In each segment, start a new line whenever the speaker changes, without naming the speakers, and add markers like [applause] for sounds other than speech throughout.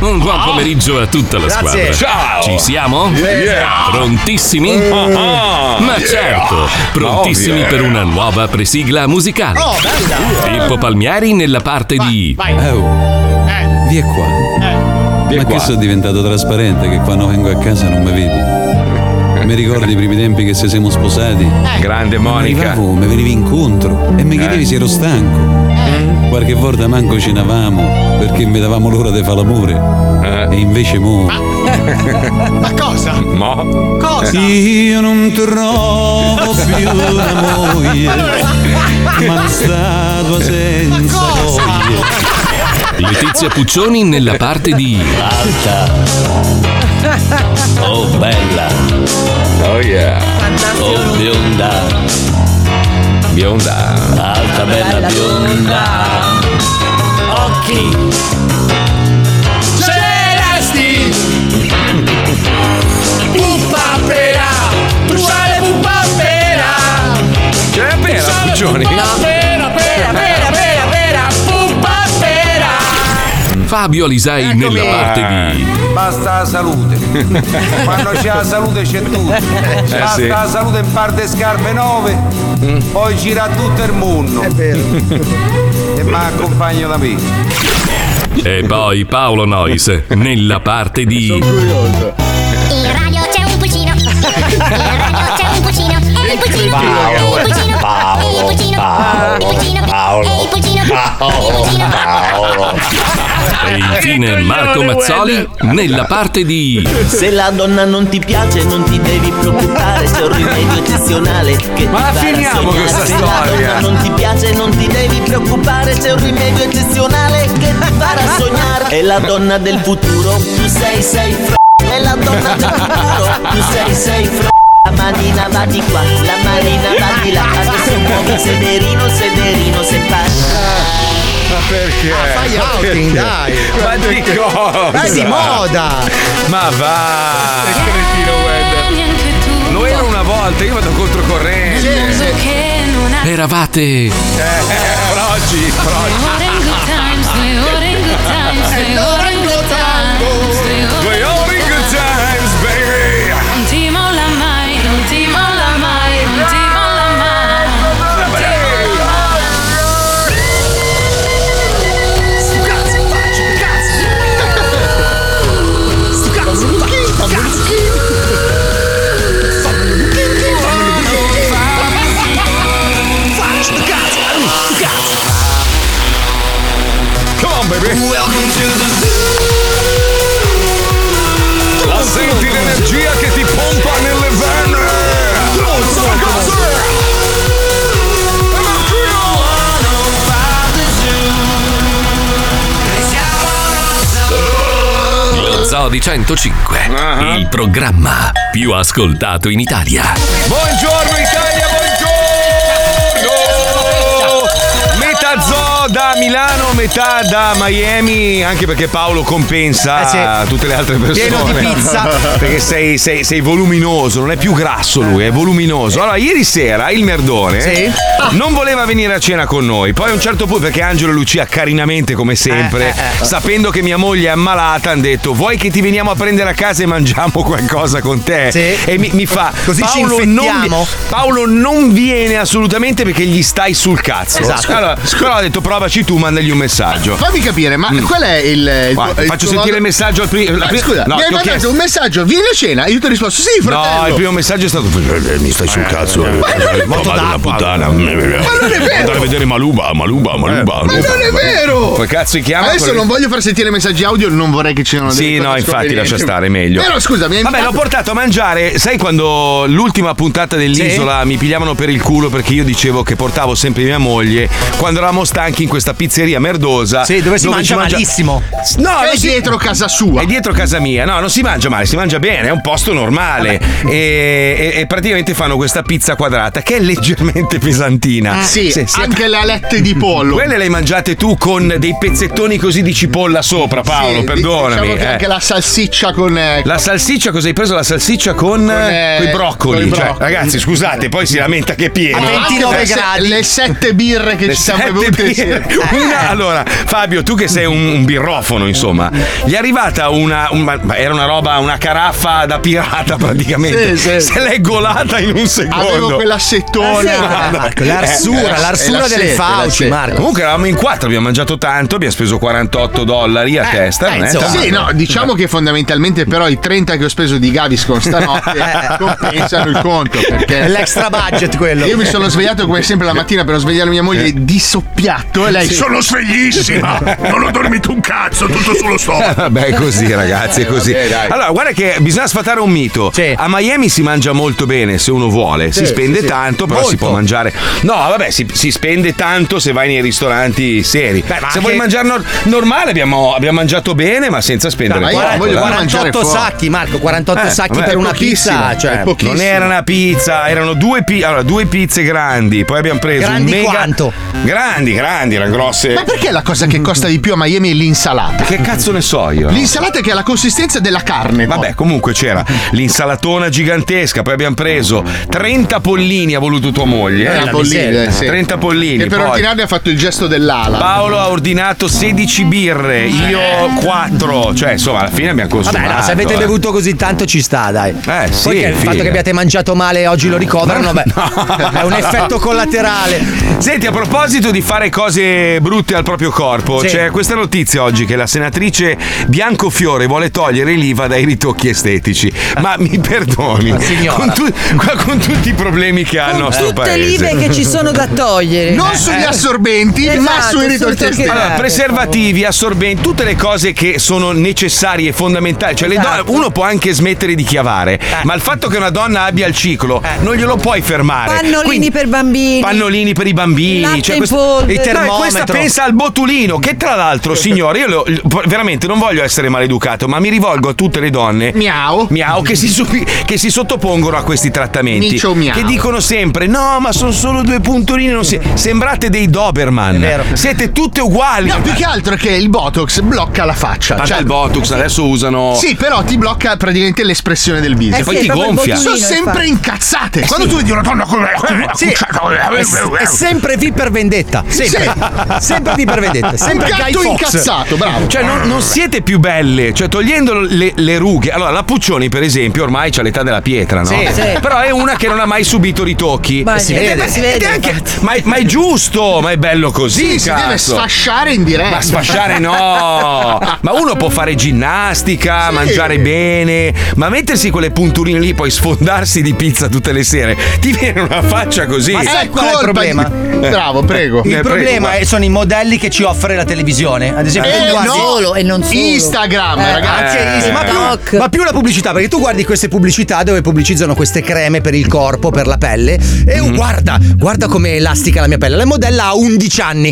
Un buon pomeriggio a tutta la squadra.
Grazie. Ciao.
Ci siamo?
Yeah.
Prontissimi?
Ah,
Ma
yeah.
certo, prontissimi
ovvio.
per una nuova presigla musicale.
Oh, bella.
Pippo Palmieri nella parte di
Eh,
Oh, Via qua.
qua.
Ma che sono diventato trasparente che quando vengo a casa non mi vedi? Mi ricordi i primi tempi che se siamo sposati?
Grande Monica. Eh.
Arrivavo, mi venivi incontro e mi chiedevi se ero stanco. Qualche volta manco cenavamo perché mi davamo l'ora di fare l'amore.
Eh.
E invece mo.
[laughs]
Ma cosa?
Ah. [laughs] Mo?
Cosa?
Io non trovo più una
[laughs]
moglie, ma statua senza voglia.
Letizia Puccioni nella parte di
Oh bella.
Oh yeah.
Oh bionda.
Bionda.
Alta bella, bionda. Occhi.
Celesti Puppa pera Bruciare puppa pera
C'è la pera, Puccioni?
Puppa pera, pera, pera, pera, pera Puppa pera
Fabio Alisei nella parte di
Basta la salute. Quando c'è la salute c'è tutto.
Eh,
Basta
sì.
la salute in parte scarpe 9,
Mm.
poi gira tutto il mondo. È vero. [laughs] E mi [laughs] accompagno da me.
E poi Paolo Nois nella parte di
In radio c'è un pulcino. In radio c'è un pulcino. E il pulcino. E il pulcino. E il pulcino. E il pulcino. E il pulcino.
E infine Marco Mazzoli nella parte di
Se la donna non ti piace non ti devi preoccupare, c'è un rimedio eccezionale che
Ma
ti farà
finiamo
sognare.
questa
Se la
storia.
donna non ti piace non ti devi preoccupare, c'è un rimedio eccezionale che ti farà sognare. È la donna del futuro, tu sei sei fr. È la donna del futuro, tu sei sei fr. La manina va di qua, la manina va di là, adesso muovi sederino, sederino, se passa.
Ma perché?
Ah, fai
Ma
outing,
perché?
dai.
Ma di cosa?
Dai, di moda.
Ma va! Lo era una volta, io vado controcorrente.
Uso che non ha
Eravate
Eh, oggi,
Ore in good times, due ore in good times, due ore in good times, due ore-
Due ore in good times, baby!
Non ti molla mai, non ti molla mai, non ti molla mai, non ti molla
Come on, baby! La senti l'energia che ti pompa nelle vene!
Lo Zoo di 105,
Ah.
il programma più ascoltato in Italia.
Buongiorno Italia, buongiorno! Oh! Metà zoo da Milano, metà da Miami, anche perché Paolo compensa
Eh sì.
tutte le altre persone.
Pieno
[laughs]
di pizza.
Perché sei, sei- sei voluminoso, non è più grasso lui, è voluminoso. Allora, ieri sera il merdone
Sì.
non voleva venire a cena con noi. Poi a un certo punto, perché Angelo e Lucia, carinamente come sempre,
Eh, eh, eh.
sapendo che mia moglie è ammalata, hanno detto: Vuoi che ti veniamo a prendere a casa e mangiamo [laughs] qualcosa con te?
Sì.
E mi, mi fa:
Così ci
Paolo, non,
infettiamo."
Paolo non viene assolutamente perché gli stai sul cazzo.
Esatto.
Allora, però ha detto provaci tu, mandagli un messaggio.
Fammi capire, ma qual è il. il
ecco. Mm. Guarda,
tuo- il
faccio
tuo
sentire
modo-
il messaggio al primo.
Ma Scusa, mi hai mandato un messaggio, vieni a cena? Io ti ho risposto, sì, fratello.
No, il primo messaggio è stato. Eh, Mi stai sul cazzo. eh,
Ma non è-
Vado una puttana.
non è vero.
Andare a vedere Maluba, Maluba, Maluba.
Ma non è vero!
Come cazzo si chiama?
Adesso
quello-
non voglio far sentire messaggi audio, non vorrei che c'erano
Sì, no, infatti lascia stare, meglio.
Però scusa, mi hai
Vabbè, l'ho
invitato-
portato a mangiare. Eh, Sai quando l'ultima puntata dell'isola mi pigliavano per il culo perché io dicevo che portavo sempre mia moglie quando eravamo stanchi in questa pizzeria
Ah,
merdosa.
Sì, dove si
ci
mangia malissimo.
No,
È
non si-
dietro casa sua.
È dietro casa mia, no, non si mangia male, si mangia bene, è un posto normale. E, e- e praticamente fanno questa pizza quadrata che è leggermente [laughs] pesantina.
Ah, Sì,
Se- se-
anche le alette di pollo.
[laughs] Quelle le hai mangiate tu con dei pezzettoni così di cipolla sopra, Paolo,
Sì,
perdonami.
Diciamo che
eh.
anche la salsiccia con. eh,
La salsiccia, cosa hai preso? La salsiccia con,
eh,
i broccoli.
coi
Cioè, eh.
broccoli.
ragazzi, scusate, poi si lamenta che è pieno.
anche
Ah, 29
le se-
gradi.
Le sette birre che
Le
ci siamo
sette
bevute
birre. [laughs] Una, allora, Fabio, tu che sei un, un birrofono, insomma, gli è arrivata una. un- ma era una roba, una caraffa da pirata praticamente.
Sì, sì.
Se l'è golata in un secondo.
Avevo quella settona.
Madonna.
[laughs] Marco, Ecco, l'arsura,
Eh, eh,
l'arsura
eh, la
delle
sete,
fauci,
la sete.
Marco.
Comunque eravamo in quattro, abbiamo mangiato tanto, abbiamo speso 48 dollari
Eh,
a testa. non è tanto.
sì, no, diciamo che fondamentalmente però i 30 che ho speso di
[laughs]
Gaviscon stanotte
Eh.
compensano il conto perché
È l'extra budget quello.
Io mi sono svegliato come sempre la mattina per non svegliare mia moglie di soppiatto e lei
Sì. [laughs]
sono sveglissima, non ho dormito un cazzo, tutto sullo
Eh,
stomaco.
Vabbè, è così, ragazzi, è
[laughs] Eh,
così.
vabbè, dai.
allora, guarda che bisogna sfatare un mito. A Miami si mangia molto bene se uno vuole, si
Sì,
spende
sì, sì.
tanto, però si
Molto.
può mangiare. No, vabbè, si, si spende tanto se vai nei ristoranti seri. se vuoi mangiare nor- normale, abbiamo, abbiamo mangiato bene, ma senza spendere
Ma
troppo,
Ah,
eh.
guarda,
dai.
48 sacchi, Marco, 48
Eh,
sacchi
vabbè,
per
è
una
pochissimo,
pizza.
è
Cioè,
pochissimo. non era una pizza, erano due, pi- allora, due pizze grandi. Poi abbiamo preso
Grandi
un mega.
quanto?
Grandi, grandi, erano grosse.
Ma perché la cosa che costa di più a Miami è l'insalata?
Che cazzo ne so io? no?
L'insalata che ha la consistenza della carne. no?
Vabbè, comunque c'era l'insalatona gigantesca, poi abbiamo preso 30 pollini, ha voluto tua moglie. eh?
30 pollini, eh, sì.
30 pollini.
Che per
poi.
ordinarne ha fatto il gesto dell'ala.
Paolo ha ordinato 16 birre, io 4, cioè insomma alla fine abbiamo consumato.
Vabbè, no, se avete
eh.
bevuto così tanto ci sta, dai. Eh,
sì,
il fatto
figa.
che abbiate mangiato male e oggi lo ricoverano,
[laughs]
beh, è un effetto collaterale.
Senti, a proposito di fare cose brutte al proprio corpo,
Sì.
c'è questa notizia oggi che la senatrice Biancofiore vuole togliere l'IVA dai ritocchi estetici. Ma mi perdoni,
signora.
con, tu- con tutti i problemi che ha il nostro
Tutte
paese.
l'IVE che ci sono da togliere. Eh,
Non sugli assorbenti, [laughs] ma sui ritocchi estetici.
Allora, preservativi, assorbenti, tutte le cose che sono necessarie e fondamentali. Cioè, le donne- uno può anche smettere di chiavare, ma il fatto che una donna abbia il ciclo non glielo puoi fermare.
Pannolini per bambini.
Pannolini per i bambini,
Latte
cioè
in
questo,
polvere.
il termometro. questa pensa al botulino. Che tra [laughs] l'altro, signore, io lo- veramente non voglio essere maleducato, ma mi rivolgo a tutte le donne
miau,
che, si, supi- che si sottopongono a questi trattamenti.
Micio miau.
Che dicono sempre: no, ma sono solo due puntoline. non si- Sembrate dei Doberman. Siete tutte uguali.
No, più che altro è che il Botox blocca la faccia. cioè
Tanto il Botox adesso usano.
Sì, però ti blocca praticamente l'espressione del viso.
Eh sì, Poi ti è proprio il gonfia.
Sono
botulino,
sempre
infatti.
incazzate.
Eh
Quando
sì.
tu vedi una donna con
Sì,
eh,
è, s- è sempre V per vendetta. Sempre,
[laughs]
sempre V per vendetta. Sempre
Un
Guy
gatto
Fawkes.
incazzato, bravo.
Cioè, non, non siete più belle, cioè togliendo le, le rughe. Allora, la Puccioni, per esempio, ormai c'ha l'età della pietra, no?
Sì. Sì.
Però è una che non ha mai subito ritocchi.
Ma si
Ed è-
vede, si
ed è
vede,
anche- ma, è, ma è giusto, ma è bello così.
Sì, si deve
cazzo.
sfasciare in diretta.
Ma sfasciare
[laughs]
no! Ma uno può fare ginnastica, mangiare bene, ma mettersi quelle punturine lì, poi sfondarsi di pizza tutte le sere, ti viene una faccia così. Eh,
Ma sai qual è il problema?
Eh, Bravo, prego.
Il problema
è
è- sono i modelli che ci offre la televisione. Ad esempio,
Eh,
tu guardi- Eh,
no. Solo e non solo. Eh, Instagram, ragazzi.
Eh.
anche Instagram. ma,
TikTok.
più, ma più la pubblicità, perché tu guardi queste pubblicità dove pubblicizzano queste creme per il corpo, per la pelle, e
Mm.
oh, guarda, guarda come è elastica la mia pelle. La modella ha 11 anni.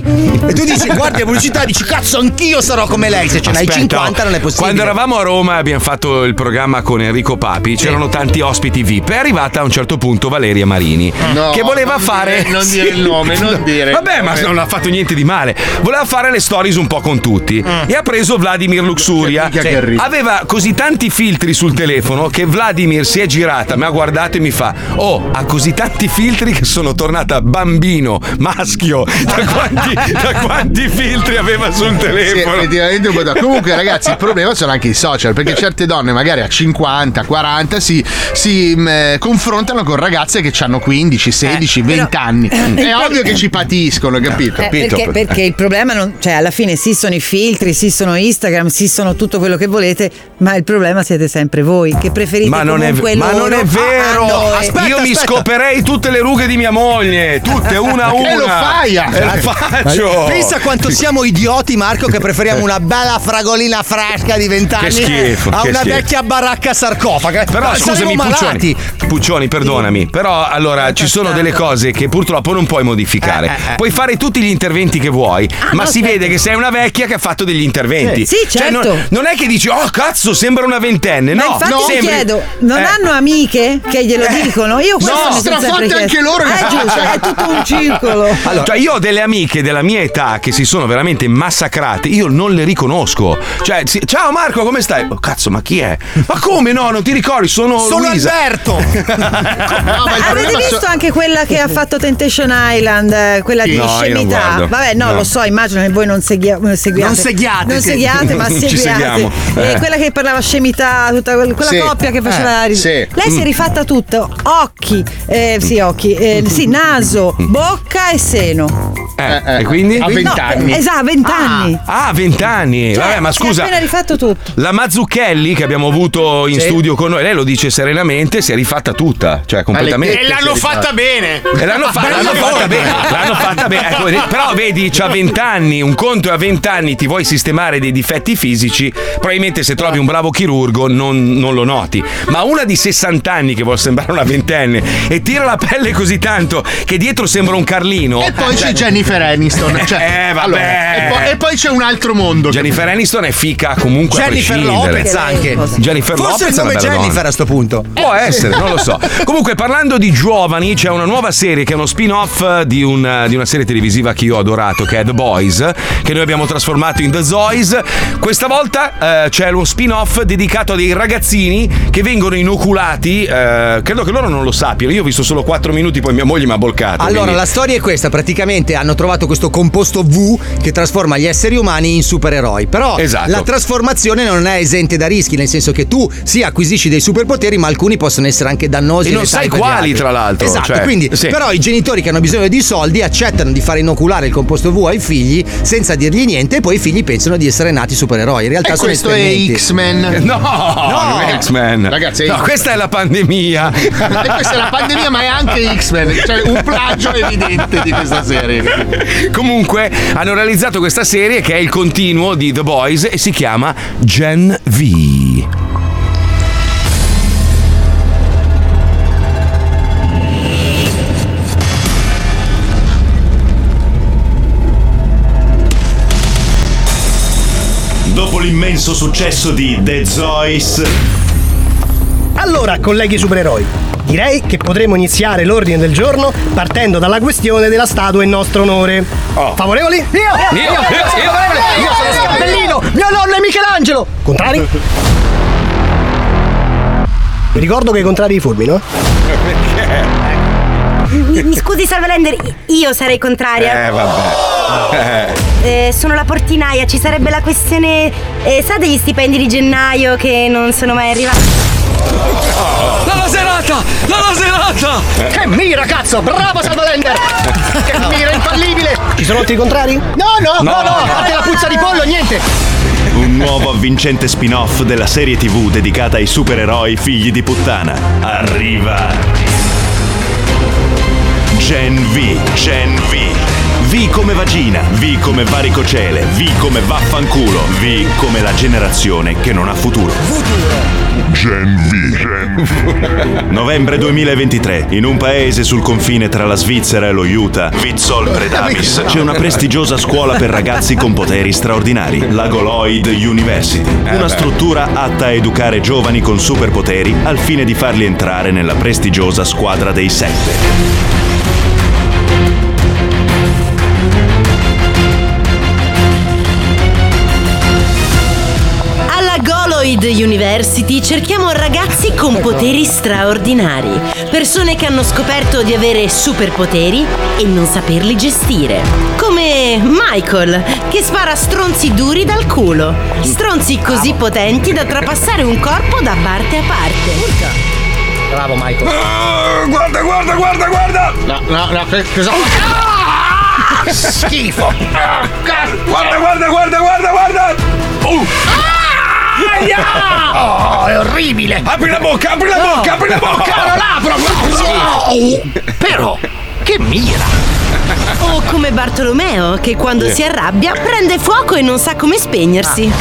E tu dici, guardi la pubblicità, dici, cazzo, anch'io sarò come lei. Se ce n'hai
Aspetta,
50 non è possibile.
Quando eravamo a Roma e abbiamo fatto il programma con Enrico Papi, c'erano tanti ospiti VIP. È arrivata a un certo punto Valeria Marini,
No,
che voleva
non
fare.
dire- non dire il nome,
[laughs]
non dire il
Vabbè, ma
nome.
non ha fatto niente di male. Voleva fare le stories un po' con tutti. E ha preso Vladimir Luxuria.
Minchia Mm. che
Sì.
arriva.
Aveva così tanti filtri sul telefono che Vladimir si è girata, mi ha guardato e mi fa: Oh, ha così tanti filtri che sono tornata bambino, maschio.
[laughs]
Da quanti, da quanti filtri aveva sul telefono?
Sì, effettivamente un po' da- Comunque, ragazzi, il problema sono anche i social, perché certe donne, magari a 50, 40, si, si, mh, eh, confrontano con ragazze che hanno
Eh,
15, 16, 20
[clears throat]
anni. È ovvio che ci patiscono, capito?
Eh, perché, perché il problema non, cioè alla fine sì sono i filtri, sì sono Instagram, sì sono tutto quello che volete, ma il problema siete sempre voi che preferite
Ma non, è,
comunque
ma
loro ah,
non è
a-
vero!
a noi.
Io mi scoperei tutte le rughe di mia moglie, tutte una a una.
E lo fai, ah.
E lo faccio!
Pensa quanto siamo idioti, Marco, che preferiamo una bella fragolina fresca di
Che
vent'anni
schifo,
a
che
una
schifo.
vecchia baracca sarcofaga.
Però
Ma saremo
scusami,
malati.
Puccioni, Puccioni, perdonami. Però allora ci sono delle cose che purtroppo non puoi modificare.
Eh, eh, eh.
Puoi fare tutti gli interventi che vuoi, ma si vede che sei una vecchia che ha fatto degli interventi.
Ah, Sì, sì,
Cioè, non-
certo.
non, è che dici, oh cazzo, sembra una ventenne.
Ma
no,
infatti
no,
ti
sembri-
chiedo, non
Eh.
hanno amiche che glielo
Eh.
dicono? Io questo
No,
mi sono sempre
strafatte
chiesta.
anche loro cioè. che
Eh,
fanno-
giusto, è tutto un [laughs] circolo.
Cioè, io ho delle amiche della mia età che si sono veramente massacrate, io non le riconosco. Cioè, si- ciao Marco, come stai? Oh, cazzo, ma chi è? Ma come no? Non ti ricordi? Sono.
Sono
Luisa.
Alberto! [laughs]
[laughs] no,
Avete visto anche quella che ha fatto Temptation Island, eh, quella di
No, io non guardo, d'accordo.
Vabbè, no,
No.
lo so, immagino che voi non segui- non seguiate.
Non seghiate,
Non
sì.
seghiate,
[laughs]
ma
Non ci
seguiate.
seguiamo.
E
Eh.
quella che parlava scemità, tutta quel- quella
Sì.
coppia che faceva
Eh,
ris-
sì.
Lei si è
Mm.
rifatta tutto: occhi, eh, sì, occhi, eh, sì, naso,
Mm.
bocca e seno.
Eh, e quindi?
No, eh, esatto, vent'anni.
Ah, vent'anni.
Cioè,
Vabbè, ma
si è
scusa.
appena rifatto tutto.
La Mazzucchelli che abbiamo avuto in studio con noi, lei lo dice serenamente, si è rifatta tutta, cioè completamente.
E l'hanno fatta bene.
E l'hanno, fa-
Bello
l'hanno
lavoro.
fatta bene, l'hanno fatta bene. Ecco, vedi- però vedi, c'ha 20 anni, un conto è a 20 anni, ti vuoi sistemare dei difetti fisici, probabilmente se trovi un bravo chirurgo non, non lo noti. Ma una di 60 anni che vuol sembrare una ventenne e tira la pelle così tanto che dietro sembra un Carlino.
E poi c'è
cioè-
Jennifer Aniston. Cioè,
[laughs] Eh, vabbè.
allora, e, poi, e poi c'è un altro mondo.
Jennifer Aniston è fica comunque
Jennifer
a prescindere.
Lopez anche.
Jennifer
Forse
Lopez
il nome
è una bella
Jennifer
donna.
a sto punto.
Può
Eh,
essere, non lo so.
[laughs]
Comunque, parlando di giovani, c'è una nuova serie che è uno spin-off eh, di, un- di una serie televisiva che io ho adorato, che è The Boys, che noi abbiamo trasformato in The Zoys. Questa volta eh, c'è uno spin-off dedicato a dei ragazzini che vengono inoculati. eh, credo che loro non lo sappiano. Io ho visto solo 4 minuti, poi mia moglie mi ha bolcato.
Allora,
quindi-
la storia è questa: praticamente hanno trovato questo composto V che trasforma gli esseri umani in supereroi. Però
Esatto.
la trasformazione non è esente da rischi, nel senso che tu sì acquisisci dei superpoteri, ma alcuni possono essere anche dannosi.
E non
letali
sai
per gli
quali,
altri.
tra l'altro,
Esatto,
cioè,
quindi
sì.
però i genitori che hanno bisogno di soldi accettano di far inoculare il composto V ai figli senza dirgli niente e poi i figli pensano di essere nati supereroi. In realtà
E
sono
questo è
esperimenti.
X-Men.
No, non è X-Men.
Ragazzi, è
no,
X-Men.
questa è la pandemia.
E questa è la pandemia, ma è anche X-Men. Cioè, un plagio evidente di questa serie.
Comunque hanno realizzato questa serie che è il continuo di The Boys e si chiama Gen V.
Dopo l'immenso successo di The Zoys,
Allora, colleghi supereroi, direi che potremmo iniziare l'ordine del giorno partendo dalla questione della statua in nostro onore. Favorevoli? Io!
Oh. Io, io, io, io,
Io sono
io,
Scappellino! Mio nonno è Michelangelo! Contrari? Vi ricordo che i contrari fulmino.
Mi, mi scusi, Salvalender, io sarei contraria.
Eh vabbè.
Eh, sono la portinaia, ci sarebbe la questione. eh, sa degli stipendi di gennaio che non sono mai arrivati?
La laserata! La laserata!
Che mira, cazzo! Bravo, Salvalender! Che mira infallibile! Ci sono altri contrari? No, no, no,
No.
no, a parte la puzza di pollo, niente!
un nuovo avvincente spin-off della serie TV dedicata ai supereroi figli di puttana. Arriva Gen V, Gen V. V come vagina, V come varicocele, V come vaffanculo, V come la generazione che non ha futuro. Gen V. Novembre 2023, in un paese sul confine tra la Svizzera e lo Utah, Vizzol Predavis, c'è una prestigiosa scuola per ragazzi con poteri straordinari, la Goloid University, una struttura atta a educare giovani con superpoteri al fine di farli entrare nella prestigiosa squadra dei sette.
Alla Goloid University cerchiamo ragazzi con poteri straordinari, persone che hanno scoperto di avere superpoteri e non saperli gestire. Come Michael, che spara stronzi duri dal culo. Stronzi così potenti da trapassare un corpo da parte a parte.
Bravo, Michael.
guarda, guarda, guarda, guarda! Ah!
No, no, no, che- cosa Schifo!
Guarda, guarda, guarda, guarda, guarda! Uh.
Oh, è
orribile!
Apri la bocca, apri la bocca, apri la bocca!
Non l'apro!
Schifo.
Però, che mira!
O come Bartolomeo, che quando
Sì.
si arrabbia prende fuoco e non sa come spegnersi.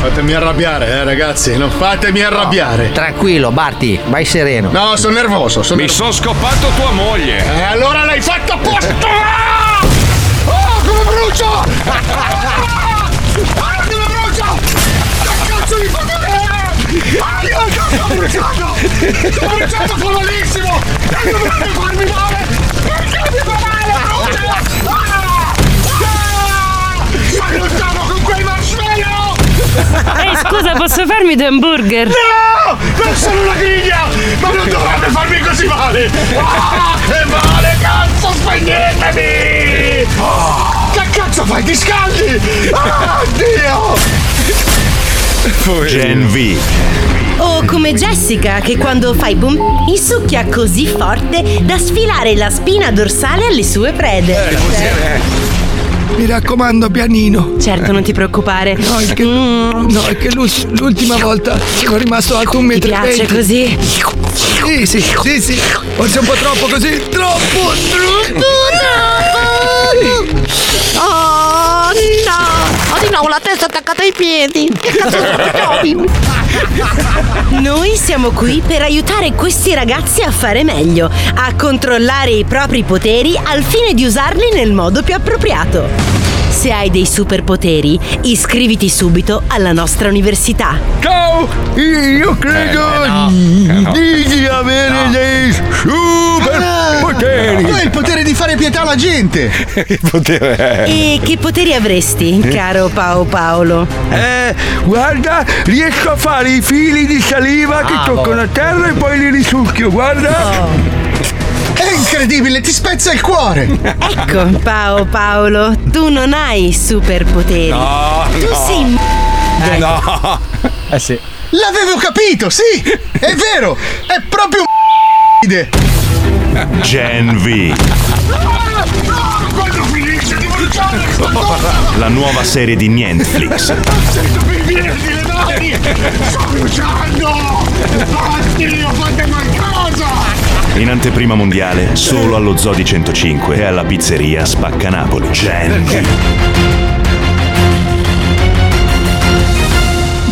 Fatemi arrabbiare, eh, ragazzi. Non fatemi arrabbiare.
tranquillo, Barti, vai sereno.
No, sono nervoso. Eh, Sono
Mi sono scoppato tua moglie!
E allora l'hai fatto apposta! Ah! Oh, come brucio! Ah! Ah, come brucio! Che cazzo mi fate vedere? Ah, io cazzo, ho bruciato! Ho bruciato popolissimo! E dovete farmi male! Perché mi fa male, brucia! Ah! Ah! Ma non stavo con quei marshmallow!
Eh,
Ehi, scusa, posso farmi due hamburger?
Ah. No! Non sono una griglia! Ma non dovrebbe farmi così male! Ah, che male, cazzo, spegnetemi! Ah,
cosa fai? Ti scaldi! Ah, Dio!
Gen V.
O come Jessica che quando fai boom succhia così forte da sfilare la spina dorsale alle sue
Eh,
prede.
Mi raccomando, pianino.
Certo, non ti preoccupare. Mm.
No, è che, no, è che l'us- l'ultima volta sono rimasto alto un
Ti
metro. e
piace
venti.
così?
Sì, sì, sì, sì. Forse un po' troppo così. Troppo, troppo, troppo.
Ah,
Oh no! Oh di nuovo la testa attaccata ai piedi! Che cazzo sono
Noi siamo qui per aiutare questi ragazzi a fare meglio, a controllare i propri poteri al fine di usarli nel modo più appropriato. Se hai dei superpoteri, iscriviti subito alla nostra università.
Ciao! Io credo
Devi avere dei superpoteri! Tu hai il Ah, potere di fare pietà alla
[laughs]
gente!
che potere è?
E che poteri avresti, caro Pao Paolo?
Eh, guarda, riesco a fare i fili di saliva che
Bravo.
toccano a terra e poi li risucchio, guarda.
È incredibile, ti spezza il cuore!
Ecco, Pao Paolo, tu non hai superpoteri.
No,
tu
no.
sei m-
Eh,
no!
Ah. Eh sì.
L'avevo capito, sì! È vero! È proprio un
Gen V.
Quando finisce di bruciare sta cosa!
La nuova serie di Netflix.
Sento per venirti le mani! Sto bruciando! Oddio, fatemi a casa!
In anteprima mondiale solo allo Zoo di 105 e alla pizzeria Spacca Napoli. Gen V.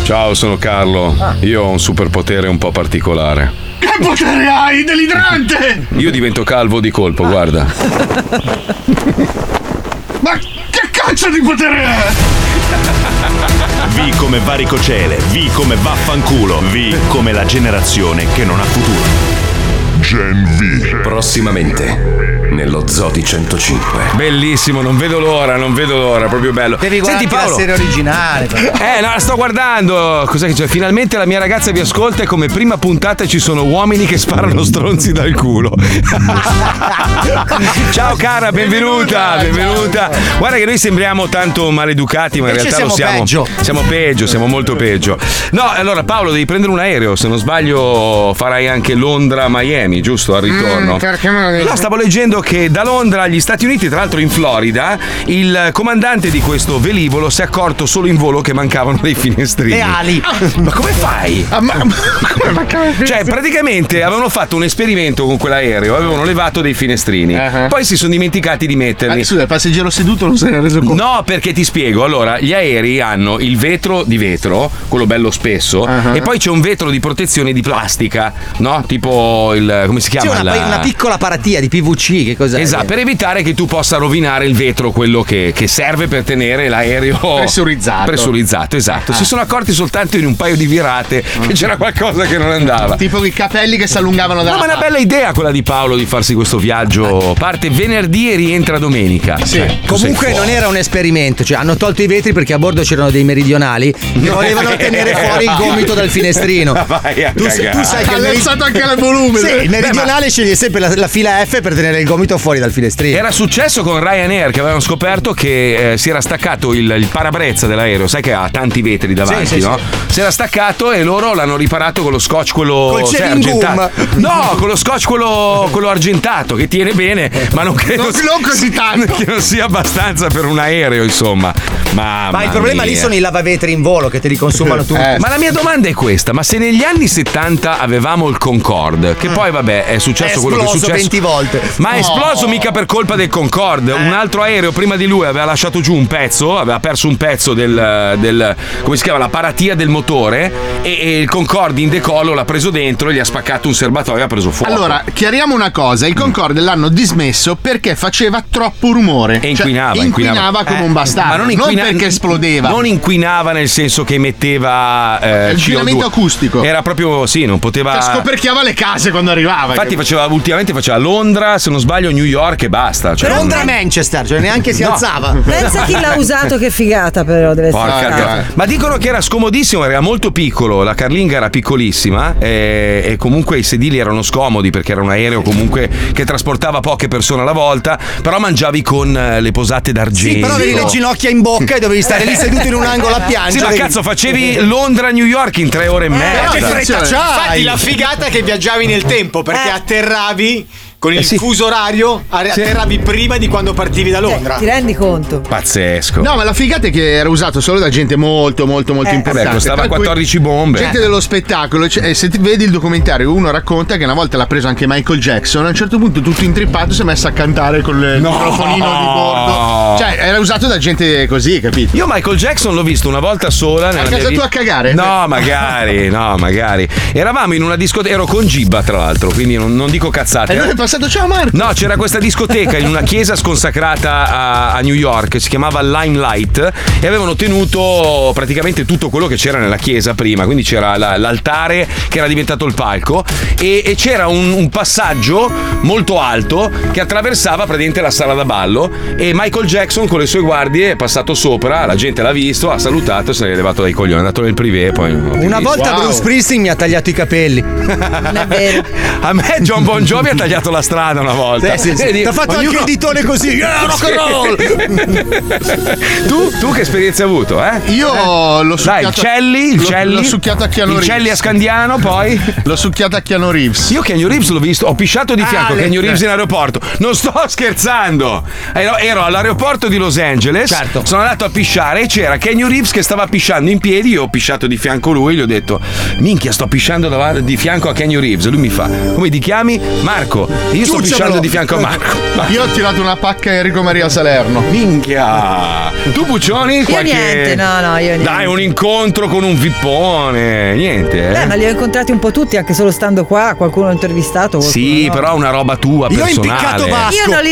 Ciao, sono Carlo.
Ah.
Io ho un superpotere un po' particolare.
Che potere hai dell'idrante?
Io divento calvo di colpo,
Ah.
guarda.
Ma che cazzo di potere è?
[laughs] V come varicocele, V come vaffanculo, V come la generazione che non ha futuro.
Gen V. Prossimamente nello Zoo di 105.
Bellissimo, non vedo l'ora, non vedo l'ora, proprio bello.
Devi guardare
Senti
la
Paolo.
serie originale. però.
[laughs] Eh, no, la sto guardando. Cos'è che c'è? Finalmente la mia ragazza vi ascolta e come prima puntata ci sono uomini che sparano stronzi dal culo. [laughs] Ciao cara, benvenuta, benvenuta. Guarda che noi sembriamo tanto maleducati, ma in
Invece
realtà lo
siamo
siamo.
peggio.
Siamo peggio, siamo molto peggio. No, allora Paolo devi prendere un aereo, se non sbaglio farai anche Londra-Miami, giusto? Al ritorno.
Mm,
No, stavo leggendo che da Londra agli Stati Uniti, tra l'altro in Florida, il comandante di questo velivolo si è accorto solo in volo che mancavano dei finestrini.
Le ali.
Ma come fai? Cioè, praticamente avevano fatto un esperimento con quell'aereo, avevano levato dei finestrini, poi si sono dimenticati di metterli.
Uh-huh. Ah, Scusa, il passeggero seduto non se ne è reso conto.
No, perché ti spiego. Allora, gli aerei hanno il vetro di vetro, quello bello spesso,
Uh-huh.
e poi c'è un vetro di protezione di plastica, no? Tipo il. come si
C'è
chiama?
una,
La-
una piccola paratia di PVC, che cos'è?
Esatto, per evitare che tu possa rovinare il vetro, quello che, che serve per tenere l'aereo
Pressurizzato.
Pressurizzato, esatto.
Ah.
Si sono accorti soltanto in un paio di virate che c'era qualcosa che non andava.
Tipo i capelli che si allungavano dalla
No, ma è una
parte.
bella idea quella di Paolo di farsi questo viaggio. Parte venerdì e rientra domenica. Cioè, tu sei
Comunque non
fuori.
era un esperimento, cioè hanno tolto i vetri perché a bordo c'erano dei
[laughs]
meridionali che volevano tenere fuori il gomito dal finestrino.
Ma [laughs] vai eh. a
tu,
cagare.
tu sai che
Ha
il meri-
alzato anche il volume.
Sì, il
Beh,
meridionale sceglie sempre la, la fila F per tenere il gomito fuori dal finestrino.
Era successo con Ryanair che avevano scoperto che eh, si era staccato il, il parabrezza dell'aereo, sai che ha tanti vetri davanti,
Sì, sì,
no? Si era staccato e loro l'hanno riparato con lo scotch quello
Col
sai,
chewing gum.
argentato. No, con lo scotch Oh, quello, quello argentato che tiene bene, ma non credo
Non-
si-
non così tanto.
che non sia abbastanza per un aereo, insomma. Mamma
Ma il problema lì
mia. Eh.
sono i lavavetri in volo che te li
Eh,
consumano tutti.
Ma la mia domanda è questa: ma se negli anni 70 avevamo il Concorde, che poi vabbè è successo
È
certo, quello che è
Mm. esploso
successo
20 volte.
Ma è
No. Eh.
esploso mica per colpa del Concorde. Un altro aereo prima di lui aveva lasciato giù un pezzo, aveva perso un pezzo del, del- come si chiama, la paratia del motore e, e il Concorde in decollo l'ha preso dentro, gli ha spaccato un serbatoio e ha preso fuoco.
Allora, chiariamo una cosa: il Concorde l'hanno dismesso perché faceva troppo rumore.
E inquinava,
Cioè, inquinava, come
Eh,
un bastardo.
ma
non,
inquina-
perché esplodeva.
Non inquinava nel senso che emetteva eh,
Il
CO2.
filamento acustico.
Era proprio, sì, non poteva.
Cioè, scoperchiava le case quando arrivava.
Infatti faceva, ultimamente faceva Londra, se non sbaglio New York e basta. Cioè, non-
Londra Manchester, cioè neanche si
No.
alzava.
Pensa chi l'ha usato, che figata, però. Deve essere
Eh,
Porca
stata.
ca- Ma dicono che era scomodissimo, era molto piccolo, la Carlinga era piccolissima eh, e, comunque i sedili erano scomodi perché era un aereo comunque che trasportava poche persone alla volta, però mangiavi con eh, le posate d'argento.
Sì, però avevi le ginocchia in bocca e dovevi stare lì seduto in un angolo a
Sì,
piangere. Eh,
ma cazzo, facevi Cioè, Londra-New York in tre ore e mezza.
Cioè,
Infatti la figata è che viaggiavi nel tempo perché
Eh.
atterravi con il fuso orario, arri-
Sì.
atterravi prima di quando partivi da Londra.
Cioè,
Ti rendi conto?
Pazzesco.
No, ma la figata è che era usato solo da gente molto, molto, molto
Eh,
importante.
vabbè, costava
esatto. Tra cui
14 bombe.
Gente
Eh.
dello spettacolo. cioè, eh, se ti vedi il documentario, uno racconta che una volta l'ha preso anche Michael Jackson. A un certo punto, tutto intrippato, si è messo a cantare con il microfonino di bordo. Cioè, era usato da gente così, capito?
Io Michael Jackson l'ho visto una volta sola. nella mia
casa
vita-
tua a cagare?
Eh, No,
[laughs]
magari, no, magari. Eravamo in una discoteca, ero con Gibba tra l'altro, quindi non, non dico cazzate. eh.
E lui
Era-
è passato, ciao Marco!
No, c'era questa discoteca in una chiesa sconsacrata a, a New York, si chiamava Limelight e avevano tenuto praticamente tutto quello che c'era nella chiesa prima, quindi c'era la- l'altare che era diventato il palco e, e c'era un, un passaggio molto alto che attraversava praticamente la sala da ballo e Michael Jackson con le sue guardie è passato sopra, la gente l'ha visto, ha salutato e se ne è levato dai coglioni, è andato nel privé poi...
Una volta
Wow.
Bruce Springsteen mi ha tagliato i capelli.
A me John Bon Jovi ha tagliato la strada una volta.
Sì, sì, sì.
Vedi,
T'ha fatto anche
ognuno- Eh,
il ditone così. Yeah, rock and [laughs]
roll! tu, tu che esperienza hai avuto? Eh?
Io l'ho
Dai,
succhiato.
il Celli, il
l'ho-
Celli.
L'ho succhiato a Keanu
Il
Reeves.
Celli a Scandiano,
[laughs]
poi.
L'ho succhiato a Keanu Reeves.
Io Keanu Reeves l'ho visto, ho pisciato di
Ah,
fianco a
le-
Keanu Reeves
eh.
in aeroporto. Non sto [laughs] scherzando. Ero, ero all'aeroporto di Los Angeles,
Certo.
sono andato a pisciare e c'era Keanu Reeves che stava pisciando in piedi, io ho pisciato di fianco a lui, gli ho detto "Minchia, sto pisciando davanti- di fianco a Keanu Reeves". Lui mi fa "Come ti chiami?" Marco. E Io sto
Ciucciamelo.
pisciando di fianco a Marco.
[laughs] Io ho tirato una pacca a Enrico Maria Salerno.
Minchia! Tu Puccioni?
[laughs] Io
[laughs]
niente, no, no, io niente.
Dai, un incontro con un vippone, niente.
Beh,
Eh?
ma li ho incontrati un po' tutti, anche solo stando qua, qualcuno ho intervistato.
Sì,
qualcuno no.
però una roba tua
Io ho
personale.
Io non li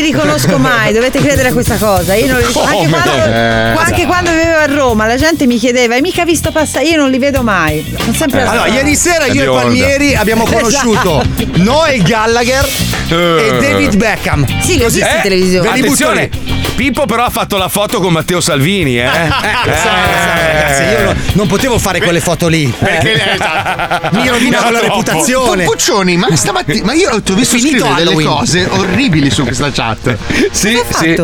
[laughs]
riconosco mai, dovete credere a questa cosa. Io non li riconosco.
Come?
Anche, quando,
Eh,
qua-
esatto.
anche
dai.
quando vivevo a Roma, la gente mi chiedeva, hai mica visto passare? Io non li vedo mai. Sono sempre alla
Allora,
strada.
ieri sera io e Palmieri [laughs] abbiamo conosciuto
[laughs] Esatto.
Noe Gallagher
Eh.
e David Beckham.
Sì, li ho visti in televisione.
Ve li butto
Attenzione,
lì.
Pippo però ha fatto la foto con Matteo Salvini,
[laughs]
eh?
lo so, lo so, ragazzi, io no- non potevo fare quelle foto lì.
Perché
Eh.
esatto.
mi rovinavo la
Troppo.
reputazione.
Puccioni, ma stamattina. Ma io ti ho visto
È finito
scrivere delle
Halloween.
cose orribili su questa chat.
Sì, sì.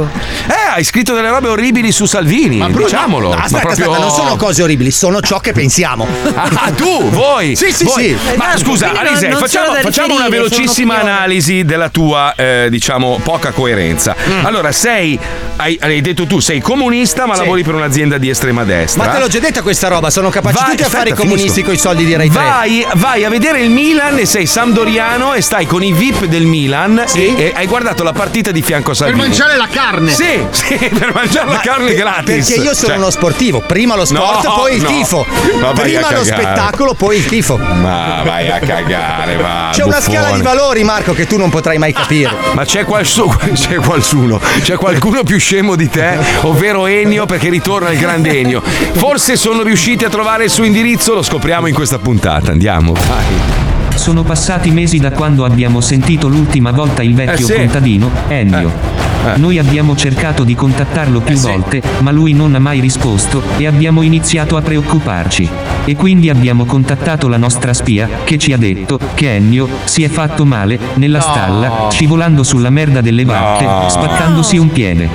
Eh, hai scritto delle robe orribili su Salvini,
Bruno,
diciamolo.
no, Aspetta,
ma proprio...
aspetta, non sono cose orribili, sono ciò che pensiamo.
Ah, tu, voi?
Sì, sì,
Voi?
sì.
Ma scusa,
Quindi non-
Alisei,
non
facciamo,
sono da
facciamo una
riferire,
velocissima
sono
analisi della tua, eh, diciamo, poca coerenza.
Mm.
Allora, sei, hai, hai detto tu, sei comunista, ma lavori per un'azienda di estrema destra.
Ma te l'ho già detta questa roba, sono capaci
Vai,
tutti a fare i
aspetta,
comunisti
finisco.
con i soldi di Rai 3.
Vai, vai a vedere il Milan e sei Sampdoriano e stai con i VIP del Milan e, e hai guardato la partita di fianco a
Per
Salvini.
mangiare la carne.
Sì, [laughs] sì, per mangiare la
Ma
carne
per-
gratis.
Perché io sono
Cioè-
uno sportivo, prima lo sport,
No,
poi il
no.
tifo.
Ma vai a
Prima lo
cagare.
spettacolo, poi il tifo.
Ma vai a cagare, va.
[laughs] C'è una
buffone.
scala di valori, Marco, che tu non potrai mai capire.
Ma c'è qualcuno, [laughs] c'è qualcuno, c'è qualcuno più scemo di te, ovvero Ennio, perché ritorna il grande Ennio. Forse sono riusciti a trovare il suo indirizzo, lo scopriamo in questa puntata. Andiamo, vai.
Sono passati mesi da quando abbiamo sentito l'ultima volta il vecchio
Eh, sì. Eh,
contadino, Ennio. Noi abbiamo cercato di contattarlo più volte, ma lui non ha mai risposto e abbiamo iniziato a preoccuparci. E quindi abbiamo contattato la nostra spia, che ci ha detto che Ennio si è fatto male nella stalla, scivolando sulla merda delle vacche, spaccandosi un piede.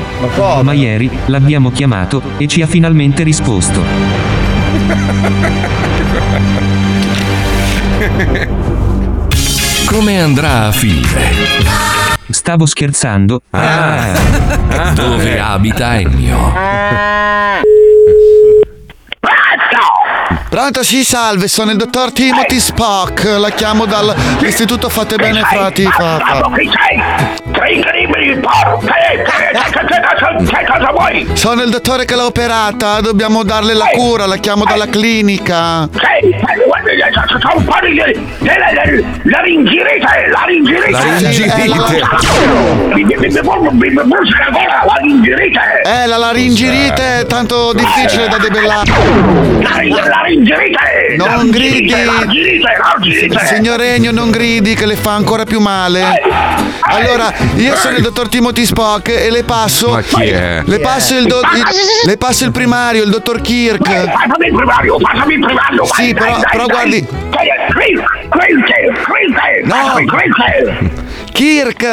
Ma, ieri l'abbiamo chiamato e ci ha finalmente risposto.
Come andrà a finire?
Stavo scherzando.
Ah.
Ah.
[laughs] Dove abita Ennio?
Pronto, sì, salve, sono il dottor Timothy Spock, la chiamo dall'istituto Fate Bene Frati Papa.
cosa vuoi?
Sono il dottore che l'ha operata, dobbiamo darle la cura, la chiamo dalla clinica.
Sei, C'ho un po' di... Laringirite! Laringirite!
Laringirite.
Mi- mi- Mi mi- mi brucia ancora la laringirite!
Eh, la laringirite è tanto difficile da debellare.
La laringirite!
Non gridi.
Laringirite! Laringirite!
Signor Ennio, non gridi che le fa ancora più male. Allora, io sono il dottor Timothy Spock e le passo.
Ma chi è?
Le passo il,
Ah,
do- il- le passo il primario, il dottor Kirk.
Passami il primario, passami il primario! vai, dai,
Sì, però,
dai,
però
dai.
guardi.
Dai, Chris, Chris, Chris, passami Chris. eh,
Kirk!